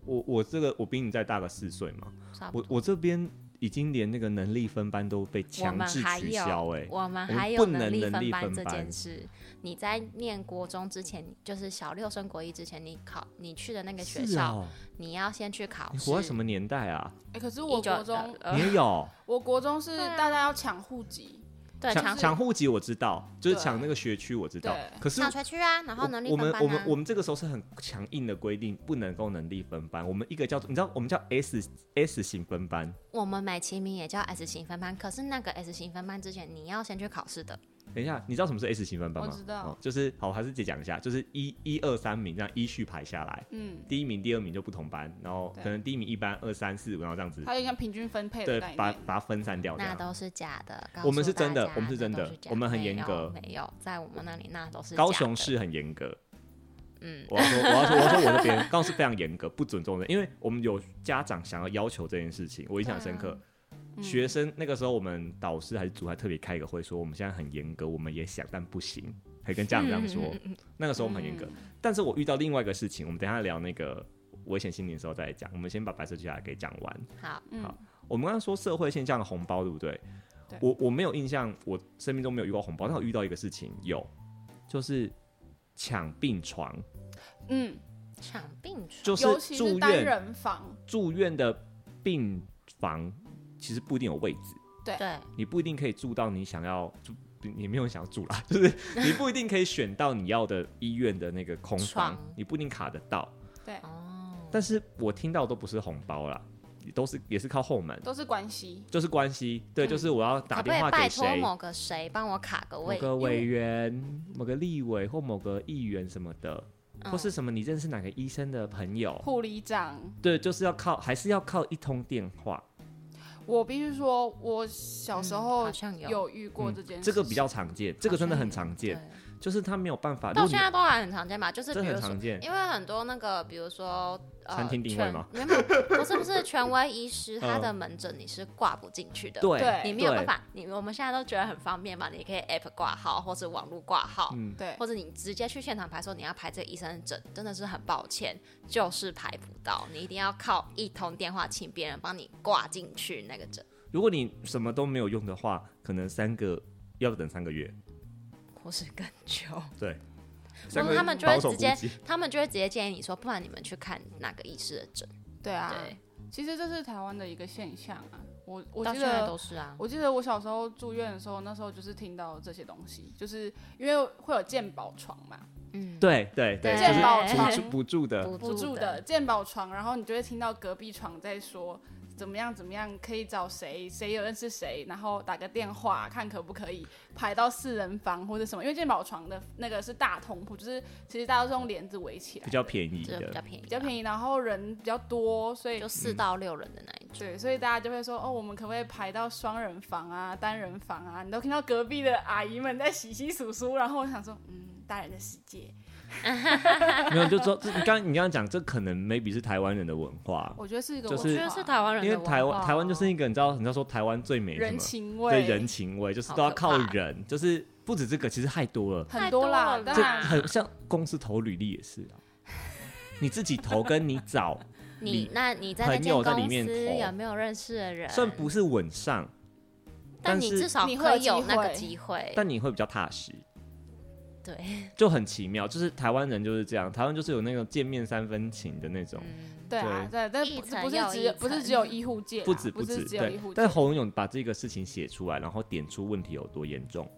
B: 我我这个我比你再大个四岁嘛，
C: 差不
B: 我
C: 多
B: 我这边已经连那个能力分班都被
C: 我
B: 强
C: 们
B: 制
C: 还
B: 取
C: 有
B: 消哎、欸我
C: 我们
B: 们
C: 还
B: 不
C: 有
B: 能
C: 力
B: 能力
C: 分班
B: 分
C: 这
B: 班
C: 件事。你在念国中之前，就是小六升国一之前，你考你去的那个学
B: 是
C: 校，
B: 哦，
C: 你要先去考
B: 你
C: 试。
B: 活在什么年代啊？
G: 哎，可是
C: 一
G: 我
C: 九
G: 国中，
C: 呃
B: 你也有
G: 我国中是大家要抢户籍，
C: 对
B: 抢
C: 抢
B: 抢户籍我知道，就是
G: 对
B: 抢那个学区我知道
G: 对，
B: 可是
C: 小学区啊，然后
B: 我
C: 能力
B: 我
C: 分
B: 们
C: 班
B: 我们
C: 啊
B: 我，们这个时候是很强硬的规定，不能够能力分班。我们一个叫做你知道，我们叫 S S 型分班，
C: 我们美其名也叫 S 型分班，可是那个 S 型分班之前你要先去考试的，
B: 等一下，你知道什么是 S 型分班吗？
G: 我知道
B: 哦就是好，还是再讲一下，就是一一二三名这样依序排下来，
G: 嗯，
B: 第一名、第二名就不同班，然后
G: 对
B: 可能第一名一班、二三四五，然后这样子，
G: 它有点像平均分配
B: 对
G: 的，概
B: 把
G: 念。
B: 把它分散掉这
C: 那
B: 样。
C: 都是假的。告
B: 啊我们
C: 诉
B: 是真的
C: 大家
B: 我们是真的
C: 那都假
B: 我们很严格
C: 没有，没有在我们那里那都是
B: 高
C: 假
B: 雄
C: 的，
B: 市很严格，
C: 嗯，
B: 我要说，我要说，我要说我的别人，高雄市非常严格，不尊重人，因为我们有家长想要要求这件事情，我印象深刻。
G: 嗯
B: 学生那个时候，我们导师还是组还特别开一个会说，我们现在很严格，我们也想，但不行，还跟家长这样
G: 嗯
B: 说。那个时候我们很严格，但是我遇到另外一个事情，我们等一下聊那个危险心理的时候再讲。我们先把白色巨塔给讲完。
C: 好，
G: 嗯
B: 好，我们刚刚说社会现象的红包，对不对？
G: 对
B: 我我没有印象，我生命中没有遇到红包，但我遇到一个事情有，就是抢病床，
G: 嗯，
C: 抢病床
B: 就
G: 尤其
B: 住
G: 是单
B: 院
G: 人房，
B: 住院的病房其实不一定有位置，
C: 对，
B: 你不一定可以住到你想要住，你没有想要住啦， 就是你不一定可以选到你要的医院的那个空房
C: 床，
B: 你不一定卡得到。
G: 对，
C: 哦，
B: 但是我听到都不是红包啦，也都是也是靠后门，
G: 都是关系。
B: 就是关系，对，就是我要打
C: 可不嗯可
B: 电话
C: 以
B: 给
C: 拜托
B: 谁。
C: 某个谁帮我卡个
B: 某
C: 位？
B: 个
C: 因为
B: 委员、某个立委或某个议员什么的，
C: 嗯
B: 或是什么你认识哪个医生的朋友，
G: 护理长，
B: 对，就是要靠，还是要靠一通电话。
G: 我必须说，我小时
C: 嗯
G: 候
C: 好像有
G: 有遇过这件
B: 嗯
G: 事情、
B: 这个比较常见，这个真的很常
C: 对
B: 见，就是他没有办法。如
C: 到
B: 果你
C: 现在都还很常见吧，就是
B: 这
C: 比
B: 很
C: 如说
B: 常见，
C: 因为很多那个，比如说呃，
B: 餐厅定位吗
C: 全？没有，不是不是权威医师，他
B: 嗯
C: 的门诊你是挂不进去的。。
B: 对
G: 对
C: 你没有办法，你我们现在都觉得很方便嘛，你可以 app 挂号，或是网络挂号，
B: 嗯，
G: 对
C: 或者你直接去现场排说你要排这个医生的诊，真的是很抱歉，就是排不到，你一定要靠一通电话请别人帮你挂进去那个诊，
B: 如果你什么都没有用的话，可能三个要等三个月，
C: 哦或是更久。
B: 对，
C: 或
B: 三个
C: 者
B: 月
C: 他们就会
B: 保守
C: 直
B: 估
C: 接
B: 计，
C: 他们就会直接建议你说，不然你们去看哪个医师的诊。
G: 对啊。
C: 对，
G: 其实这是台湾的一个现象啊。我我
C: 到
G: 记
C: 现在
G: 得
C: 都是啊。
G: 我记得我小时候住院的时候，那时候就是听到这些东西，就是因为会有健保床嘛，
C: 嗯，
B: 对对对，
C: 对
B: 就
G: 健保
B: 是
G: 床
B: 补助补助的，
C: 补
G: 补助的健保床，然后你就会听到隔壁床在说怎么样怎么样，可以找谁，谁有认识谁，然后打个电话看可不可以排到四人房或者什么，因为健保床的那个是大通铺，就是其实大家都是用帘子围起来，
B: 比较便宜
C: 这个比较
B: 的，
C: 便宜，
G: 比较便宜，然后人比较多，所以
B: 嗯
C: 就四到六人的那一种。
G: 对，所以大家就会说哦，我们可不可以排到双人房啊、单人房啊？你都听到隔壁的阿姨们在洗洗簌簌，然后我想说，嗯，大人的世界，
B: 没有就说这你刚你刚刚讲，这可能 maybe 是台湾人的文化，
G: 我觉得是一个
B: 就
G: 文
B: 是
G: 化，
B: 我觉
C: 就是台湾人的
B: 因为
C: 文化哦
B: 台湾台湾就是一个你知道你知道说台湾最美什
G: 人
B: 么
G: 情
B: 对
G: 味，
B: 人情味，就是
C: 好
B: 都要
C: 可
B: 靠
C: 怕
B: 人，就是不止这个，其实太多了。
G: 很多啦
C: 太，多了
G: 当
B: 这
C: 啊
G: 然
B: 很像公司投履历也是 啊，你自己投跟你找，
C: 你
B: 里
C: 那你在
B: 朋
C: 那间
B: 友在里
C: 公
B: 面
C: 司
B: 投
C: 有没有认识的人？
B: 虽然不是稳上，
C: 但
B: 但
C: 你
B: 是
C: 至少
G: 你
C: 可
G: 会有
C: 以有那个机
G: 机
C: 会。
B: 但你会比较踏实，
C: 对，
B: 就很奇妙。就是台湾人就是这样，台湾就是有那种见面三分情的那种，
G: 对啊，对，但
C: 一
G: 不
C: 层
G: 不
C: 又
G: 是
C: 一
G: 只不是
C: 层
G: 只有医护界啦，
B: 不止
G: 啊不
B: 止
G: 是只有医
B: 对
G: 护。界，
B: 但侯文勇把这个事情写出来，然后点出问题有多严重。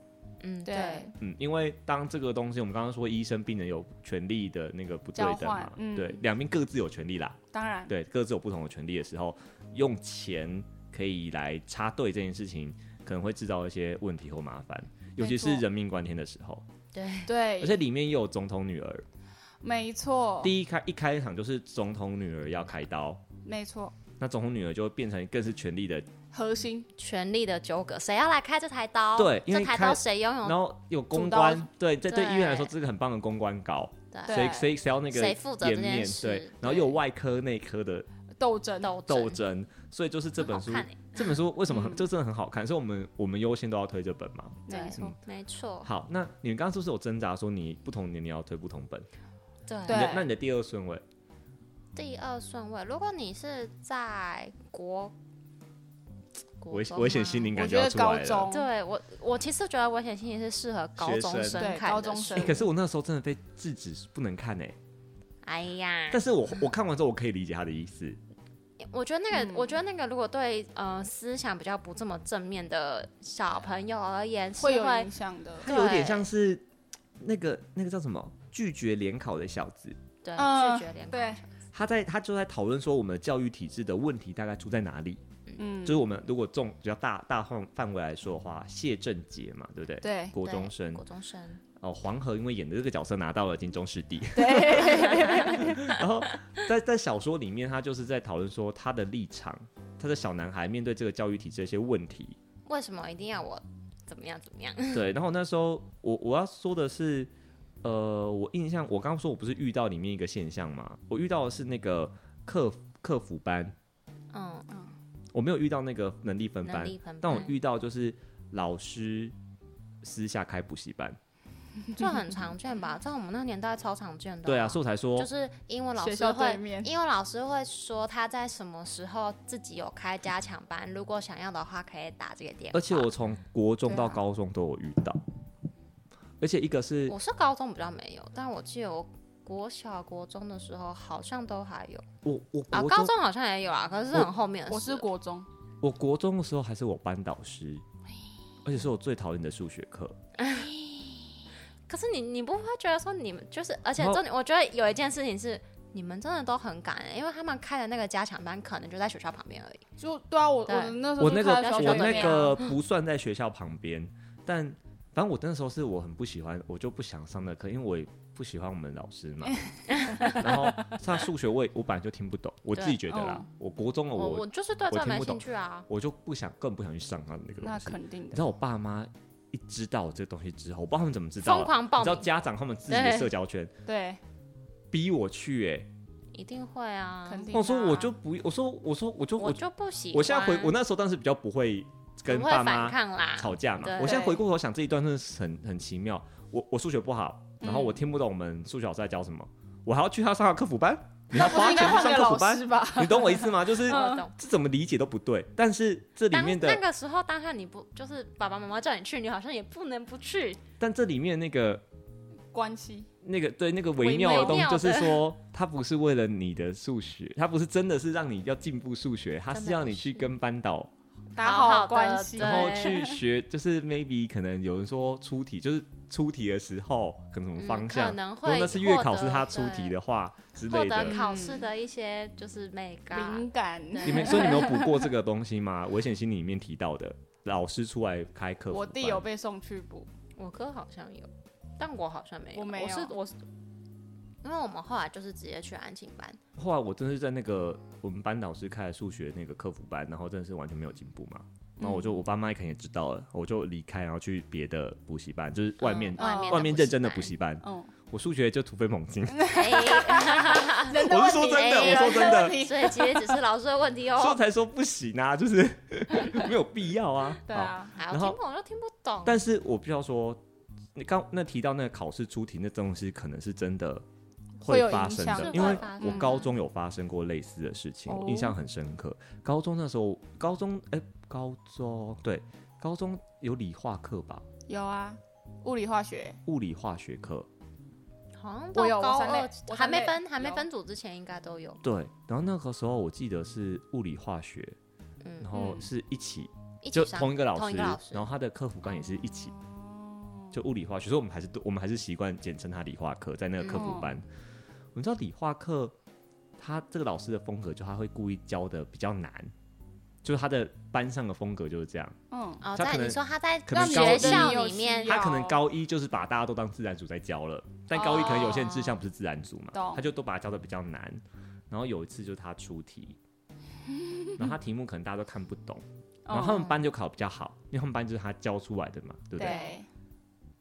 C: 嗯，
G: 对，
B: 嗯，因为当这个东西，我们刚刚说医生病人有权利的那个不对等
G: 交
B: 嘛
G: 换，嗯
B: 对，两边各自有权利啦，
G: 当然
B: 对，各自有不同的权利的时候，用钱可以来插队这件事情，可能会制造一些问题或麻烦，尤其
G: 没
B: 是
G: 错
B: 人命关天的时候。
C: 对，哦
G: 对，
B: 而且里面也有总统女儿，
G: 没错，
B: 第一开一开场就是总统女儿要开刀，
G: 没错，
B: 那总统女儿就会变成更是权力的，
G: 核心
C: 权力的纠葛，谁要来开这台刀？
B: 对因为
C: 这台
B: 开
C: 刀谁拥
B: 然
C: 有？
B: 后有公关，对，在对
C: 哦对
B: 医院来说，这是个很棒的公关稿，
C: 对，
B: 谁
G: 对
B: 谁谁要那个
C: 谁负责这
B: 颜
C: 件
B: 面
C: 事
B: 对，然后又有外科内科的
G: 斗争，
C: 斗
B: 斗争，所以就是这本书
C: 很好看欸
B: 这本书为什么很
G: 嗯
B: 这真的很好看，所以我们我们优先都要推这本嘛。
C: 对
G: 没错，
C: 没错，
B: 好，那你们刚刚是不是有挣扎说你不同年龄要推不同本？
C: 对。
B: 你
G: 对
B: 的那你的第二顺位
C: 第二顺位，如果你是在国国
B: 危
C: 中
B: 危险
C: 吗
B: 心灵
G: 啊我
B: 感
G: 觉
B: 觉要
G: 得
B: 出
G: 高
B: 来了。
G: 中，
C: 对我，我其实觉得危险心理是适合高
B: 学
C: 中
B: 生
C: 生
G: 对
C: 看
G: 高
C: 的
G: 中
C: 书
G: 生
B: 欸可是我那时候真的被制止不能看哎、
C: 哎呀，
G: 嗯
B: 但是我我看完之后我可以理解他的意思，
C: 我觉得那个，
G: 嗯
C: 我觉得那个，如果对呃思想比较不这么正面的小朋友而言，是
G: 会有
C: 会
G: 影响的。
B: 它有点像是那个那个叫什么拒绝联考的小子，
C: 呃对
G: 嗯
C: 拒绝联考
G: 对，
B: 他在他就在讨论说我们的教育体制的问题大概出在哪里，
G: 嗯，
B: 就是我们如果重比较大大范范围来说的话，谢振杰嘛，对不对？
G: 对
B: 国中
C: 对
B: 生
C: 国中生，
B: 哦，黄河因为演的这个角色拿到了金钟视帝，
G: 对，
B: 然后在在小说里面，他就是在讨论说他的立场，他的小男孩面对这个教育体制的一些问题，
C: 为什么一定要我怎么样怎么样？
B: 对，然后那时候我我要说的是，呃，我印象我刚刚说我不是遇到里面一个现象嘛，我遇到的是那个客服客服班，
C: 嗯，
B: 我没有遇到那个能力分
C: 能
B: 班，
C: 力嗯分
B: 但我
C: 班，
B: 遇到就是老师私下开补习班，
C: 这
G: 嗯
C: 很常见吧？在我们那个年代超常见的。
B: 对啊，所以我才说，
C: 就是英文老
G: 学
C: 师
G: 校
C: 会
G: 对，面
C: 英文老师会说他在什么时候自己有开加强班，如果想要的话可以打这个电话。
B: 而且我从国中到
C: 对啊
B: 高中都有遇到，而且一个是
C: 我是高中比较没有，但我记得我国小、国中的时候好像都还有
B: 我我
C: 啊，
B: 国
C: 高
B: 中
C: 中好像也有啊，可是是很后面的
G: 我
C: 事
G: 是
C: 了
G: 国中，
B: 我国中的时候还是我班导师，而且是我最讨厌的数学课，
C: 可是你你不会觉得说你们就是，而且
B: 然后
C: 重点，我觉得有一件事情是。你们真的都很赶、因为他们开的那个加强班可能就在学校旁边而已。
G: 就对啊，我我
C: 对
G: 的那时候
B: 我
G: 就
B: 那个
G: 看到
C: 学
G: 小
B: 我
C: 校
G: 朋
B: 那
G: 友
C: 旁边
B: 个 不算在学校旁边，但反正我那时候是我很不喜欢，我就不想上那课，因为我也不喜欢我们老师嘛。然后上数学我也我本来就听不懂，我自己觉得啦
G: 嗯，
B: 我国中了
C: 哦我
B: 哦我
C: 我就是对
B: 我
C: 这
B: 听
C: 没
B: 不
C: 兴
B: 懂
C: 趣啊。
B: 我就不想更不想去上他的那个
G: 那
B: 东西。
G: 肯定
B: 你知
G: 的，
B: 道我爸妈一知道我这个东西之后，我不知道他们怎么知道
C: 疯
B: 啊，
C: 狂
B: 你
C: 报
B: 知道
C: 名
B: 家长他们自己的
C: 对
B: 社交圈
G: 对，
B: 逼我去哎、
C: 一定会啊，
G: 肯定的啊。
B: 我哦说我就不，我说我说我就
C: 我
B: 我
C: 就不喜欢。
B: 我现在回我那时候当时比较不会跟
C: 不会
B: 爸妈
C: 反抗啦，
B: 吵架嘛
C: 对。
B: 我现在回过头想，这一段真的是很很奇妙。我我数学不好，然后我听不懂我们数学老师在教什么，我还要去他上的客服班，你
G: 那
B: 要
G: 不是
B: 花
G: 应
B: 钱
G: 该
B: 去
G: 换
B: 上
G: 个
B: 客
G: 老
B: 服班，
G: 师吧？
B: 你懂我意思吗？就是
C: 我懂。
B: 这怎么理解都不对。但是这里
C: 当
B: 面
C: 那
B: 的，
C: 个时候，当下你不就是爸爸妈妈叫你去，你好像也不能不去。
B: 但这里面那个
G: 关系
B: 那个对那个
G: 微
B: 微妙的东西，
C: 妙
B: 就
C: 的
B: 是说， 他不是为了你的数学，他不是真的是让你要进步数学，他
C: 真
B: 是
C: 的
B: 要
C: 不
B: 你去
C: 是
B: 跟班导
G: 打
C: 好好
G: 好
C: 的
G: 关系，
C: 对
B: 然后去学， 就是 maybe 可能有人说出题，就是出题的时候可能什么方向，
C: 嗯可能
B: 如果
C: 会
B: 那是月考是他出题
C: 获得
B: 的话之
C: 获
B: 类
C: 得
B: 的。
C: 考试的一些就是美感
G: 敏。感。
B: 你们所以你们有补过这个东西吗？危险心理里面提到的，老师出来开课，
G: 我弟有，被送去补，
C: 我哥好像有，但我好像没有。
G: 我没有
C: 是我是，因为我们后来就是直接去安静班。
B: 后来我真的是在那个我们班导师开的数学那个客服班，然后真的是完全没有进步嘛。然后我就我爸妈可能也知道了，我就离开，然后去别的补习班，就是外面、
C: 嗯外面
B: 外面认真的补
C: 习
B: 习班。
G: 嗯，
B: 我数学就突飞猛进，
C: 班。哎
G: 人
B: 我是说真的，我说真的，
C: 所以其实只是老师的问题
B: 所以
C: 哦。
B: 才说不行啊，就是 没有必要啊。
G: 对
B: 好。
G: 啊，
C: 好，
B: 然
C: 哎听
B: 后
C: 不懂就听不懂。
B: 但是我必须要说，你刚那提到那个考试出题那东西，可能是真的
G: 会有
B: 发
G: 影
B: 生
G: 响
B: 的，
C: 是
B: 因
C: 会
B: 为
C: 发
G: 嗯
B: 我
C: 生
B: 高
C: 的
B: 中有发生过类似的事情，我
G: 哦
B: 印象很深刻。高中那时候，高中哎、高中对，高中有理化课吧，
G: 有啊，物理化学
B: 物理化学课，
C: 嗯好像
G: 我
C: 到
G: 有我
C: 高
G: 三类
C: 二
G: 我
C: 还
G: 三
C: 没
G: 类
C: 分还没
G: 有
C: 分组之前应该都有。
B: 对。然后那个时候我记得是物理化学，
C: 嗯
B: 然，后
G: 嗯
B: 是一起
C: 一起
B: 就
C: 上
B: 同一个老
C: 同
B: 师，
C: 一个老师哦
B: 然后他的客服班也是一起，就物理化学，所以我们还是我们还是习惯简称他理化课，在那个客
C: 嗯
B: 服班。我们知道理化课，他这个老师的风格就他会故意教的比较难，就是他的班上的风格就是这样。
G: 嗯，
C: 哦，
B: 他
C: 在
B: 可
C: 你
B: 能
C: 说他在
B: 可能
C: 学
B: 高
C: 校
G: 你有
C: 里面
G: 需要
B: 他可能高一就是把大家都当自然组在教了，但高一可能有些人志向不是自然组嘛，
G: 哦懂
B: 他就都把它教的比较难。然后有一次就是他出 题，然后他题目可能大家都看不懂。
G: 哦
B: 然后他们班就考比较好，因为他们班就是他教出来的嘛，对不对？
G: 对，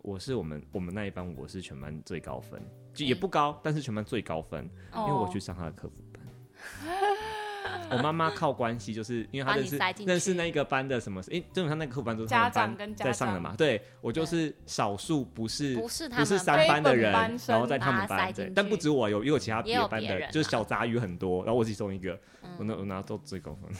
B: 我是我们我们那一班，我是全班最高分，
G: 嗯
B: 就也不高，但是全班最高分，因为
C: 哦
B: 我去上他的客服班。我妈妈靠关系，就是因为她认识
C: 把你塞进去
B: 认识那个班的什么，诶，基本上那个客服班都是他
G: 家
B: 们班
G: 长跟家
B: 在上的
G: 长
B: 嘛。对我就是少数不是
C: 不是他
B: 不
C: 们
B: 是
C: 班
B: 三班的人
G: 非本班，生
B: 然后在他们
C: 把他塞
B: 班，对
C: 进去
B: 但不止我有，也有其他别
C: 也
B: 的
C: 有
B: 班
C: 别
B: 的，
C: 人啊
B: 就是小杂鱼很多，然后我其中一个，
C: 嗯
B: 我拿我拿到最高分，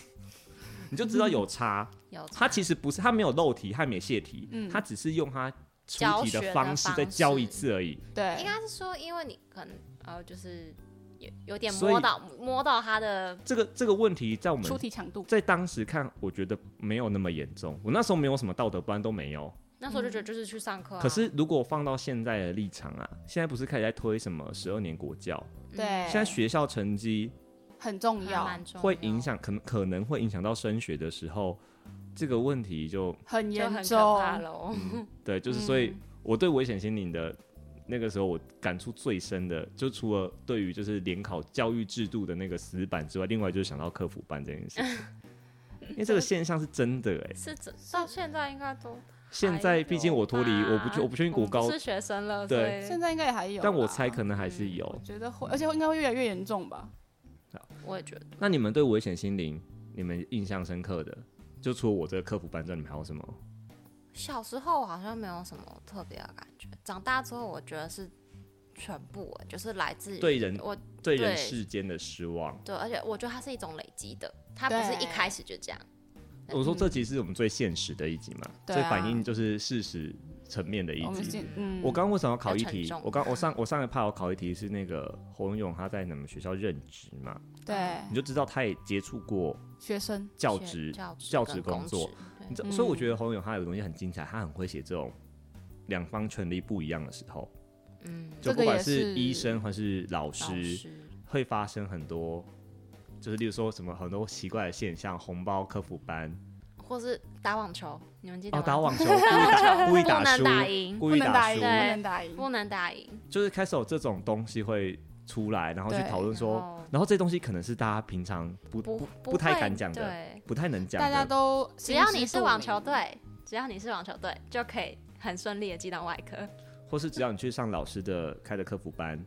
B: 你就知道有差。
C: 有
B: 他其实不是，他没有漏题，他也没泄题，
G: 嗯
B: 他只是用他出
C: 教
B: 题
C: 学的
B: 方式再
C: 方
B: 教一
C: 式
B: 次而已。
G: 对，
C: 应该是说，因为你可能呃，就是有有点
B: 所以
C: 摸到摸到他的，
B: 这个这个问题在我们
G: 出题强度，
B: 在当时看，我觉得没有那么严重。我那时候没有什么道德观都没有。
C: 那时候就
G: 嗯
C: 觉得就是去上课啊、
B: 可是如果放到现在的立场啊，现在不是开始在推什么十二年国教？
C: 嗯
G: 对，
B: 现在学校成绩
G: 很重
C: 还
G: 要，
C: 蛮重要哦
B: 会影，响，可能可能会影响到升学的时候，这个问题就
G: 很
C: 就
G: 严
C: 很可
G: 重，
C: 怕喽。
B: 嗯对，就是所
C: 嗯
B: 以我对危险心灵的那个时候，我感触最深的，就除了对于就是联考教育制度的那个死板之外，另外就是想到客服班这件事 情，因为这个现象是真的哎、
C: 是怎到现在应该都
B: 现在毕竟我脱离，我不确我不确定国高
C: 我不是学生了，
B: 对
C: 所以
G: 现在应该也还有啦，
B: 但我猜可能还是有。
G: 我觉得会，而且应该会越来越严重吧。
C: 我也觉得
B: 那你们对危险心灵，你们印象深刻的，就除了我这个客服班之外，你们还有什么？
C: 小时候好像没有什么特别的感觉，长大之后我觉得是全部欸，就是来自于
B: 对人
C: 我
B: 对人
C: 对
B: 世间的失望？
C: 对，而且我觉得它是一种累积的，它不是
G: 对
C: 一开始就这样。嗯
B: 我说这集是我们最现实的一集嘛，
G: 对
B: 最
G: 啊
B: 反映就是事实层面的一
G: 我们
B: 集。
G: 现嗯，
B: 我刚刚为什么要考一
C: 要沉
B: 题
C: 重？
B: 我刚我上我上一趴我考一题是那个侯文勇他在你们学校任职嘛，
G: 对
B: 你就知道他也接触过
G: 学生
B: 教职
C: 教职
B: 教
C: 跟
B: 职
C: 公
B: 工作，
C: 职，
B: 你知道
G: 嗯
B: 所以我觉得侯文勇他有个东西很精彩，他很会写这种两方权力不一样的时候，
C: 嗯，
B: 就
G: 这
B: 不
G: 个
B: 管
G: 也
B: 是
G: 是
B: 医生还是老
C: 老
B: 师，会发生很多，就是例如说什么很多奇怪的现象，红包客服班
C: 或是打网球，你们记得
B: 哦
C: 吗？
B: 打网球
C: 网球
B: 故意
C: 不
B: 打
C: 能
B: 输，
C: 打赢
B: 故
G: 啊不
B: 意
G: 能打
B: 输
G: 赢，不，能打赢，
C: 不能打赢，
B: 就是开始有这种东西会出来，然后去
G: 对
B: 讨论说
C: 然后，
B: 然后这东西可能是大家平常不
C: 不
B: 不
C: 不
B: 太
C: 会
B: 敢讲的，
C: 对，
B: 不太能讲
G: 大家
B: 的。
G: 都
C: 只
G: 心知
C: 要你是
G: 肚
C: 网
G: 明
C: 球队，只要你是网球队，就可以很顺利的进到外科，
B: 或是只要你去上老师的开的客服班，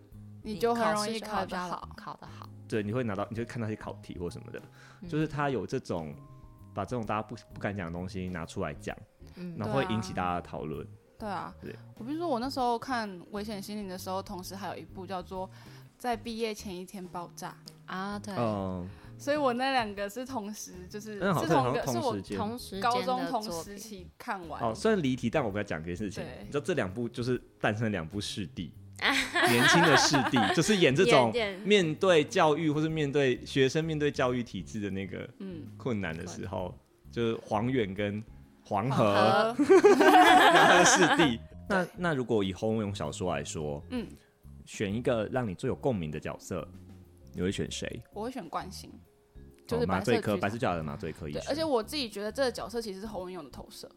G: 你就很
C: 考
G: 容
C: 试
G: 易
C: 就
G: 考
C: 比
G: 得
C: 较
G: 好。
C: 考得好。嗯
B: 对，你会拿到，你就看到一些考题或什么的，就是他有这种把这种大家不不敢讲的东西拿出来讲，
C: 嗯，
B: 然后会
G: 对啊
B: 引起大家的讨论。
G: 对啊
B: 对，
G: 我比如说我那时候看《危险心灵》的时候，同时还有一部叫做《在毕业前一天爆炸
C: 啊，对，
G: 哦
B: 嗯，》，
G: 所以我那两个是同时，就是
B: 那好
G: 是
B: 像
G: 同
B: 好
G: 个
B: 像
G: 是
B: 同
G: 我
B: 时间，
C: 同时
G: 高
C: 间
G: 中
C: 的
G: 同
C: 作
G: 时
C: 品
G: 期看完。
B: 哦，虽然离题，但我们要讲一件事情
G: 对。
B: 你知道这两部就是诞生了两部视帝，年轻的视帝，就是演这种
C: 演演
B: 面对教育或是面对学生、面对教育体制的那个
G: 嗯，
B: 困难的时候，就是黄远跟黄河
G: 和
B: 他的视帝。那那如果以侯文勇小说来说，
G: 嗯，
B: 选一个让你最有共鸣的角色，你会选谁？
G: 我会选关心，就是
B: 哦麻
G: 白色
B: 醉科
G: 巨塔
B: 白色巨塔的麻醉科医
G: 对
B: 生，，
G: 而且我自己觉得这个角色其实是侯文勇的投射，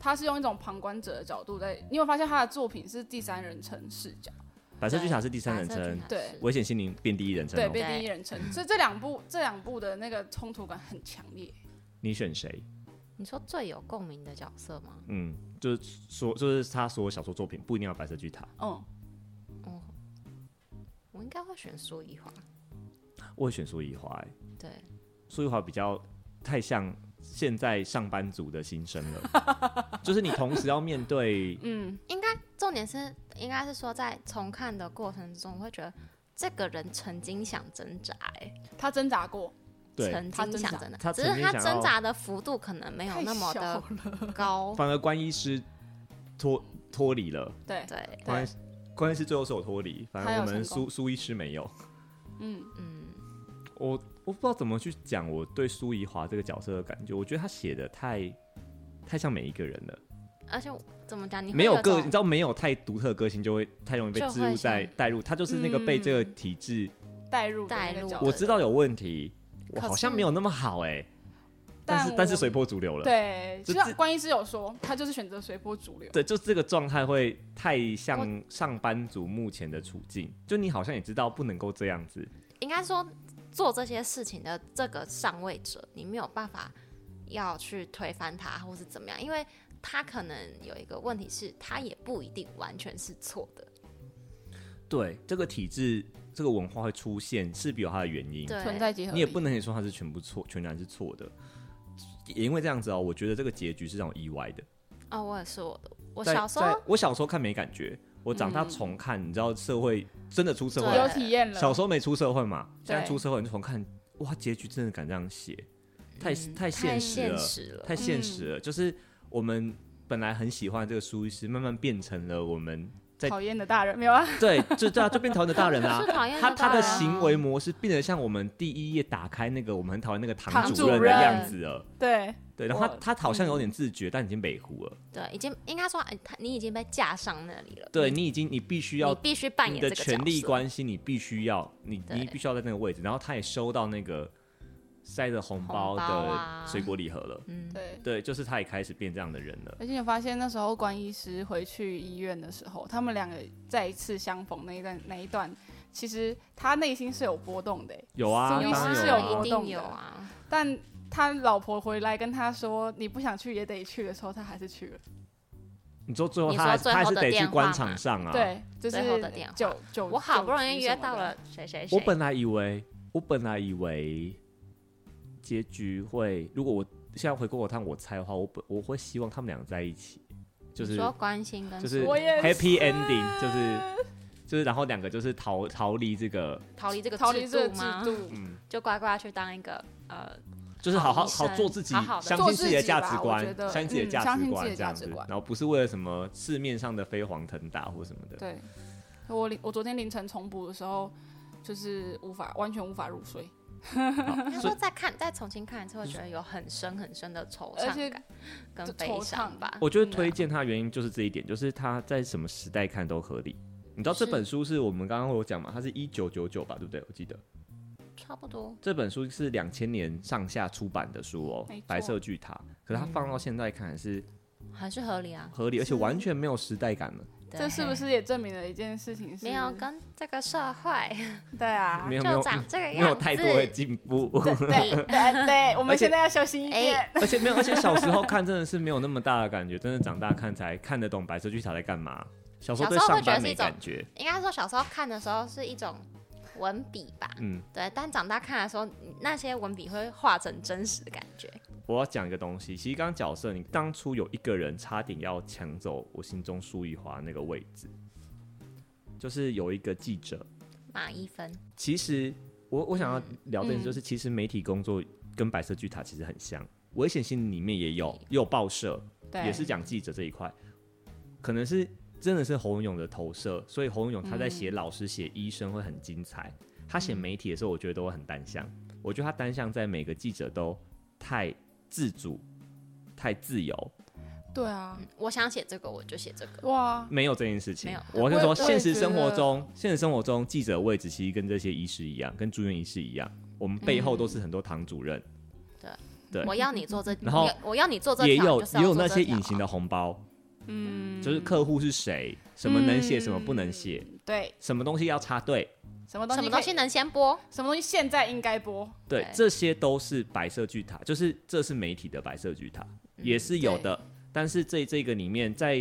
G: 他是用一种旁观者的角度在，你有发现他的作品是第三人称视角，
B: 白色巨塔是第三人称，，
G: 对
B: 危险心灵变第一人称
G: 对，
B: 哦。
G: 被第一人称，所以这两部这两部的那个冲突感很强烈。
B: 你选谁？
C: 你说最有共鸣的角色吗？
B: 嗯，就是说，就是他所有小说作品不一定要白色巨塔，
G: 嗯，
C: 哦，我应该会选苏一华，
B: 我会选苏以华、欸。
C: 对，
B: 苏以华比较太像现在上班族的心声了， 就是你同时要面对，
G: 嗯
C: 应该重点是，应该是说在重看的过程中，会觉得这个人曾经想挣扎、欸，
G: 他挣扎过，
B: 对，
C: 曾
G: 他
C: 经
G: 挣
C: 想
G: 扎
C: 挣扎，
B: 他
C: 只
B: 曾
C: 是
B: 经
C: 他
B: 想
C: 挣
B: 要
C: 扎的幅度可能没有
G: 太
C: 那么
G: 小
C: 的
G: 了，
C: 高，
B: 反而关医师脱脱离了，
G: 对，
C: 对，
B: 关关医师最后是有脱离，反
G: 他
B: 正
G: 有
B: 我们
G: 成功
B: 苏苏医师没有。
G: 嗯，
C: 嗯，
B: 我我不知道怎么去讲我对苏怡华这个角色的感觉，我觉得他写的太太像每一个人了。
C: 而且我怎么讲，你会
B: 没有
C: 种
B: 个，你知道没有太独特的个性，就会太容易被
C: 就
B: 植入
C: 会
B: 在
C: 像
B: 带入。他就是那个被这个
G: 嗯
B: 体制，
G: 带入的
C: 带
G: 那个
C: 入
G: 角
C: 对
B: 我
G: 色
B: 知道有问题，我
G: 可
B: 好像
G: 是
B: 没有那么好哎、但是
G: 但
B: 但是
G: 我
B: 随波逐流了。
G: 对，
B: 就
G: 就
B: 自
G: 像关医师有说，他就是选择随波逐流，
B: 对，就这个状态会太像上班族目前的处境，就你好像也知道不能够这样子，
C: 应该说做这些事情的这个上位者，你没有办法要去推翻他或是怎么样，因为他可能有一个问题是，他也不一定完全是错的，
B: 嗯对这个体制、这个文化会出现，势必有它的原因。
C: 对，
G: 存在即合理。
B: 你也不能也说它是全部错，全然是错的。也因为这样子哦，我觉得这个结局是让我意外的。
C: 哦，我也是我的，我
B: 在
C: 小时
B: 在
C: 候
B: 我小时候看没感觉，我长大重看，你知道社会真的出社会
C: 嗯对
G: 有
B: 了，
G: 体验了，
B: 小时候没出社会嘛，现在
G: 对
B: 出社会你重看，哇，结局真的敢这样写，太、
C: 嗯
B: 太
C: 太
B: 现实了，
C: 实了嗯
B: 太现实了。就是我们本来很喜欢这个苏医师，慢慢变成了我们在
G: 讨厌的大人没有啊？
B: 对，就对啊，就变讨厌的大人啦、
C: 是讨厌
B: 他
C: 哎大
B: 他的
C: 人啊
B: 行为模式变得像我们第一页打开那个我们很讨厌那个
G: 堂
B: 主任
G: 主
B: 的
G: 任
B: 样子了。
G: 对，
B: 对，然后
G: 我
B: 他他好像有点自觉，但已经北湖了。
C: 对，已经应该说，哎他你已经被架上那里了。
B: 对
C: 你
B: 你已经你必须
C: 你
B: 要
C: 必须扮
B: 你
C: 演
B: 的
C: 这个角色
B: 权力关系，你必须要你你
C: 对
B: 必须要在那个位置，然后他也收到那个塞着红包
C: 红包
B: 的
C: 啊
B: 水果礼盒了。
C: 嗯，
G: 对。
B: 对，就是他也开始变这样的人了。
G: 而且你有发现那时候关医师回去医院的时候，他们两个再一次相逢那一段那一段，其实他内心是有波动的欸、
B: 有啊，
G: 苏
B: 当
G: 律
B: 然
G: 师是
B: 有
G: 有
B: 啊
G: 波
C: 一
G: 动
C: 定
G: 的
C: 有啊。
G: 但他老婆回来跟他说你不想去也得去的时候，他还是去了。
B: 你说最后
C: 你
B: 他
C: 说
B: 还
C: 最
B: 他还
C: 后
B: 是
C: 的
B: 得去
C: 电话
B: 官
C: 嘛
B: 场上啊。，
G: 对，就是
C: 最后的电话
G: 九九，
C: 我好不容易
G: 九局
C: 约
G: 什么
C: 到
G: 的
C: 了谁谁谁，
B: 我本来以为，我本来以为结局会，如果我现在回过头看我猜的话，我本我会希望他们俩在一起，就
C: 你
B: 是
C: 说关心跟
B: 就是
G: 我也
B: happy
G: 是
B: ending，就是就是然后两个就是逃逃离这个，
C: 逃 离这个
G: 逃离这个
C: 制
G: 制
C: 吗？
G: 度，
B: 嗯，
C: 就乖乖去当一个呃，
B: 就是好好
C: 好医生
B: 好做自己，
C: 好好地
B: 相
G: 做
B: 信
G: 自
B: 自己的
G: 己
B: 价
G: 吧
B: 值
G: 我
B: 观
G: 觉，得
B: 相信自己的
G: 嗯
B: 价
G: 相
B: 值
G: 信自己
B: 观
G: 的
B: 这
G: 价
B: 样
G: 值
B: 子，
G: 观
B: 然后不是为了什么市面上的飞黄腾达或什么的，
G: 对。啊我凌我昨天凌晨重补的时候，就是无法完全无法入睡，
C: 他
B: 所以
C: 说再看再重新看一次，会觉得有很深很深的惆
G: 而且
C: 怅感跟
G: 就
C: 悲
G: 惆
C: 伤
G: 怅
C: 吧。
B: 我觉得推荐它的原因就是这一点，就是它在什么时代看都合理。你知道这
C: 是
B: 本书是我们刚刚有讲嘛？它是一九九九吧，对不对？我记得
C: 差不多，
B: 这本书是两千年上下出版的书哦，
G: 没错
B: 白色巨塔》。可是它放到现在看还是
C: 还是合理啊。
B: 合理，而且完全没有时代感了。啊
C: 对
G: 这是不是也证明了一件事情是？
C: 没有跟这个社会
G: 对啊，
B: 没有没有
C: 嗯就长这个
B: 没有
C: 样子？
B: 太多的进步，
G: 对对 对，我
B: 而
G: 们
B: 且
G: 现在要小心一 点。
C: 哎
B: 而且没有，而且小时候看真的是没有那么大的感觉，真的长大看才看得懂白色巨塔在干嘛。小时候对
C: 小时
B: 上
C: 候会觉得
B: 班
C: 是一
B: 没
C: 种
B: 感觉，
C: 应该说小时候看的时候是一种文笔吧，
B: 嗯，
C: 对，但长大看的时候，那些文笔会化成真实的感觉。
B: 我要讲一个东西，其实刚刚角色，你当初有一个人差点要抢走我心中苏一华那个位置，就是有一个记者。
C: 马一分，
B: 其实我我想要聊的
G: 嗯
B: 就是，其实媒体工作跟白色巨塔其实很像，危险性里面也有，也有报社，
G: 对，
B: 也是讲记者这一块，可能是真的是侯文勇的投射，所以侯文勇他在
G: 嗯
B: 写老师、写医生会很精彩，他写媒体的时候，我觉得都会很单向。我觉得他单向在每个记者都太自主、太自由，
G: 对啊，
C: 我想写这个我就写这个，
G: 哇，
B: 没有这件事情
C: 没有。
B: 我跟你说，
G: 我也我
B: 现
G: 也
B: 实生
G: 觉
B: 活
G: 得
B: 中，现实生活中记者的位置其实跟这些医师一样，跟住院医师一样，我们背后都是很多堂主任，
C: 嗯
B: 对
C: 我要你做这，
B: 然后
C: 你我要你做这条，
B: 也
C: 你
B: 有
C: 就是要
B: 也有
C: 做
B: 那
C: 这
B: 些
C: 条
B: 隐形的红包，
G: 嗯，
B: 就是客户是谁，什么能写，什么不能写，
C: 嗯
G: 对，
B: 什么东西要插队。
G: 什么东
C: 什
G: 西可以
C: 么东西能先播？
G: 什么东西现在应该播，
B: 对
C: 对，
B: 这些都是白色巨塔，就是这是媒体的白色巨塔，
C: 嗯
B: 也是有的。但是这这个里面，在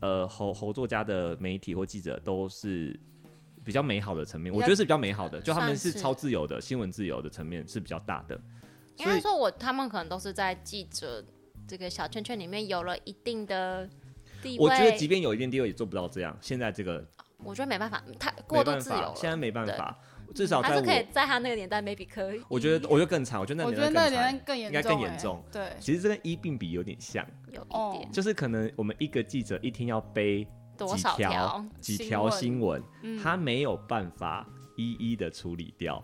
B: 呃侯侯作家的媒体或记者都是比较美好的层面，
C: 比
B: 我
C: 较
B: 觉得是比较美好的，就他们
C: 算
B: 是
C: 是
B: 超自由的新闻自由的层面是比较大的。
C: 应
B: 所
C: 该
B: 以
C: 说我他们可能都是在记者这个小圈圈里面有了一定的地位，
B: 我觉得即便有一定地位，也做不到这样。现在这个
C: 我觉得没办法，太过
B: 没
C: 度
B: 办
C: 自由
B: 法，
C: 了，
B: 现在没办法，至少
C: 还
B: 在
C: 是可以
B: 我，
C: 在他那个年代 maybe 可以。
B: 我觉得我就更惨，我觉得那
G: 我
B: 年
G: 觉
B: 代
G: 得
B: 更惨
G: 那年。代更严
B: 应该
G: 重，
B: 更严重
G: 哎对，
B: 其实这跟一病比有点像，
C: 有一
G: 哦
C: 点、
B: 就是可能我们一个记者一天要背
C: 多少
B: 几条
C: 条？
B: 几
G: 新
B: 条
G: 闻
B: 新闻，
G: 嗯
B: 他没有办法一一的处理掉。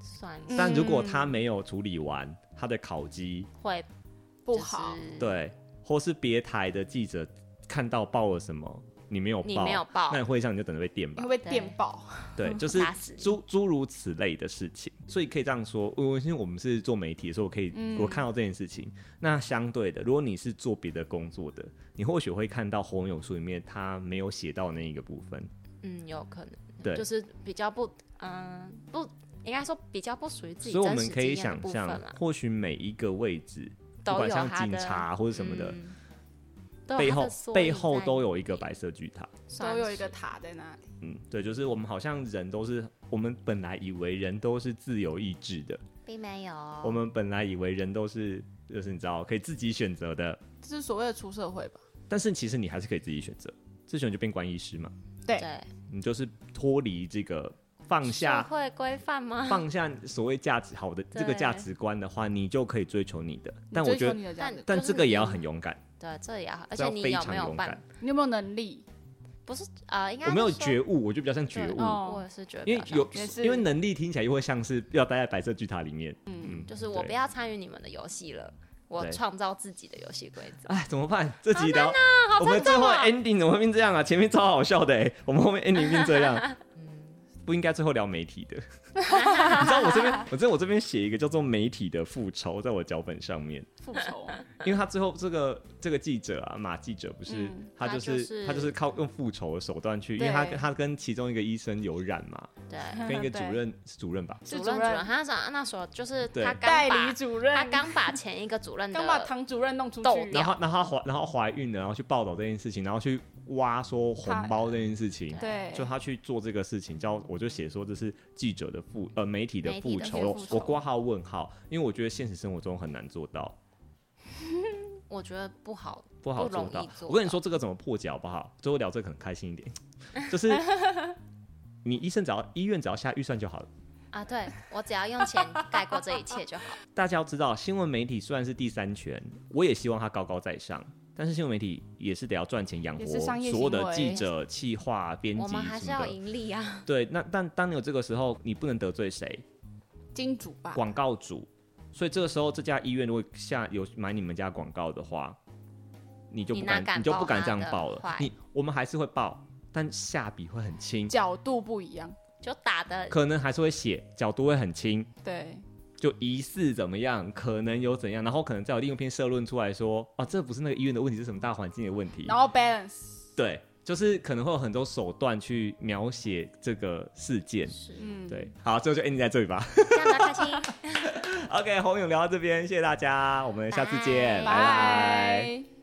C: 算
G: 嗯
B: 但如果他没有处理完，他的烤鸡
C: 会
G: 不好，，
C: 就是
B: 对，或是别台的记者看到报了什么，你没有
C: 你
B: 报，
C: 没有报
B: 那你会上你就等着被电
G: 你
B: 吧
G: 会。嗯被电爆，
B: 对，就是
C: 打死
B: 诸诸如此类的事情，所以可以这样说，我因为我们是做媒体，所以我可以、
G: 嗯
B: 我看到这件事情。那相对的，如果你是做别的工作的，你或许会看到《火影勇术》里面他没有写到那一个部分。
C: 嗯，有可能，
B: 对
C: 就是比较不，嗯，不应该说比较不属于自己
B: 所以我
C: 真
B: 们
C: 实
B: 可以
C: 经验的
B: 想
C: 部分
B: 象
C: 啦，，
B: 或许每一个位置，不
C: 都
B: 管
C: 有
B: 像
C: 他
B: 警
C: 的
B: 察或者什么的，
C: 嗯都有
B: 背
C: 它的
B: 后
C: 缩
B: 背
C: 影
B: 后
C: 在
B: 都
C: 里
B: 有一个
C: 面
B: 白色巨塔。
C: 算
G: 都有一个
C: 是
G: 塔在那里，
B: 嗯，对，就是我们好像人都是，我们本来以为人都是自由意志的，
C: 并没有，
B: 我们本来以为人都是，就是你知道可以自己选择的，
G: 这是所谓的出社会吧？
B: 但是其实你还是可以自己选择，自选就变关医师嘛，
G: 对，
C: 对
B: 你就是脱离这个放
C: 社
B: 下。
C: 会规范吗？
B: 放下所谓价值 好的这个
C: 对
B: 价值观的话，你就可以追求你的。
G: 你
B: 但我
G: 追
B: 觉
G: 求
B: 得，
G: 你的价值
C: 但
G: 观
B: 但
C: 就是
B: 这个也要
C: 你
B: 很勇敢，
C: 对，这也要，
B: 这
C: 而且
B: 要
C: 你
B: 非
C: 有
B: 常
C: 没有
B: 勇
C: 办
B: 敢？
G: 你有没有能力？
C: 不是呃，应该
B: 我没有
C: 是说
B: 觉悟，我就比较像觉
C: 对
B: 悟，
C: 嗯
G: 哦
C: 我也是觉得比
B: 因为
C: 较像
B: 有
G: 觉是
B: 因为能力听起来又会像是要待在白色巨塔里面，嗯，
C: 就是我
B: 对
C: 不要参与你们的游戏了，我
B: 对
C: 创造自己的游戏规则。
B: 哎，怎么办？这集聊、
C: 好
B: 我们
C: 沉
B: 最
C: 重
B: 后
C: 哦
B: ending 怎么会变这样啊？前面超好笑的哎、我们后面 ending 变这样，不应该最后聊媒体的。 你知道我这边，我这我这边写一个叫做媒体的复仇，在我脚本上面，
G: 复仇啊，
B: 因为他最后这个这个记者啊，马记者不是、
G: 嗯
B: 他就
C: 他就是是
B: 他就是靠用复仇的手段去，因为
G: 对
B: 他他跟其中一个医生有染嘛，
C: 嗯对，
B: 跟一个主
G: 对
B: 任是主任吧，
G: 是
C: 主
G: 主
C: 任主任，
G: 任
C: 他那时候那时候就是
B: 对
C: 他刚
G: 代理
C: 把
G: 主
C: 他
G: 任，
C: 刚把前一个主任的
G: 刚把唐主任弄出
C: 斗
G: 去，
C: 掉
B: 然后然后她怀然后怀孕了，然后去报道这件事情，然后去挖说红包这件事情，
G: 对，
B: 就他去做这个事情，叫我就写说这是记者的复呃媒体的
C: 媒体
B: 复
C: 的
B: 仇
C: 复，仇
B: 我挂号问号，因为我觉得现实生活中很难做到，
C: 我觉得不好，
B: 不好
C: 不
B: 做
C: 容
B: 到
C: 易。做
B: 我跟你
C: 到
B: 说这个怎么破解好不好？最后聊这个可能开心一点， 就是你医生只要医院只要下预算就好了。
C: 啊！对我只要用钱盖过这一切 就好。
B: 大家要知道，新闻媒体虽然是第三权，我也希望它高高在上，但是新闻媒体也是得要赚钱养活
G: 也是商业
B: 所有
G: 行
B: 的
G: 为
B: 记者、企划、编
C: 我
B: 辑
C: 们还是
B: 什
C: 要
B: 么的。
C: 盈利啊！
B: 对，那但当你有这个时候，你不能得罪谁？
G: 金主吧，
B: 广告主。所以这个时候，这家医院如果下有买你们家广告的话，你就不
C: 你哪
B: 敢，
C: 敢
B: 你就不
C: 报
B: 敢
C: 他
B: 这样
C: 的
B: 报了
C: 坏。
B: 你我们还是会报，但下笔会很轻，
G: 角度不一样，
C: 就打的
B: 可能还是会写，角度会很轻，嗯
G: 对，
B: 就疑似怎么样，可能有怎样，然后可能再有另一篇社论出来说，啊，这不是那个医院的问题，是什么大环境的问题。
G: 然后 balance，
B: 对，就是可能会有很多手段去描写这个事件。
C: 是
G: 嗯，
B: 对，好，最后就 ending 在这里吧。
C: 这样比较开心。
B: OK，红影聊到这边，谢谢大家，我们下次见，拜拜。
G: 嗯拜。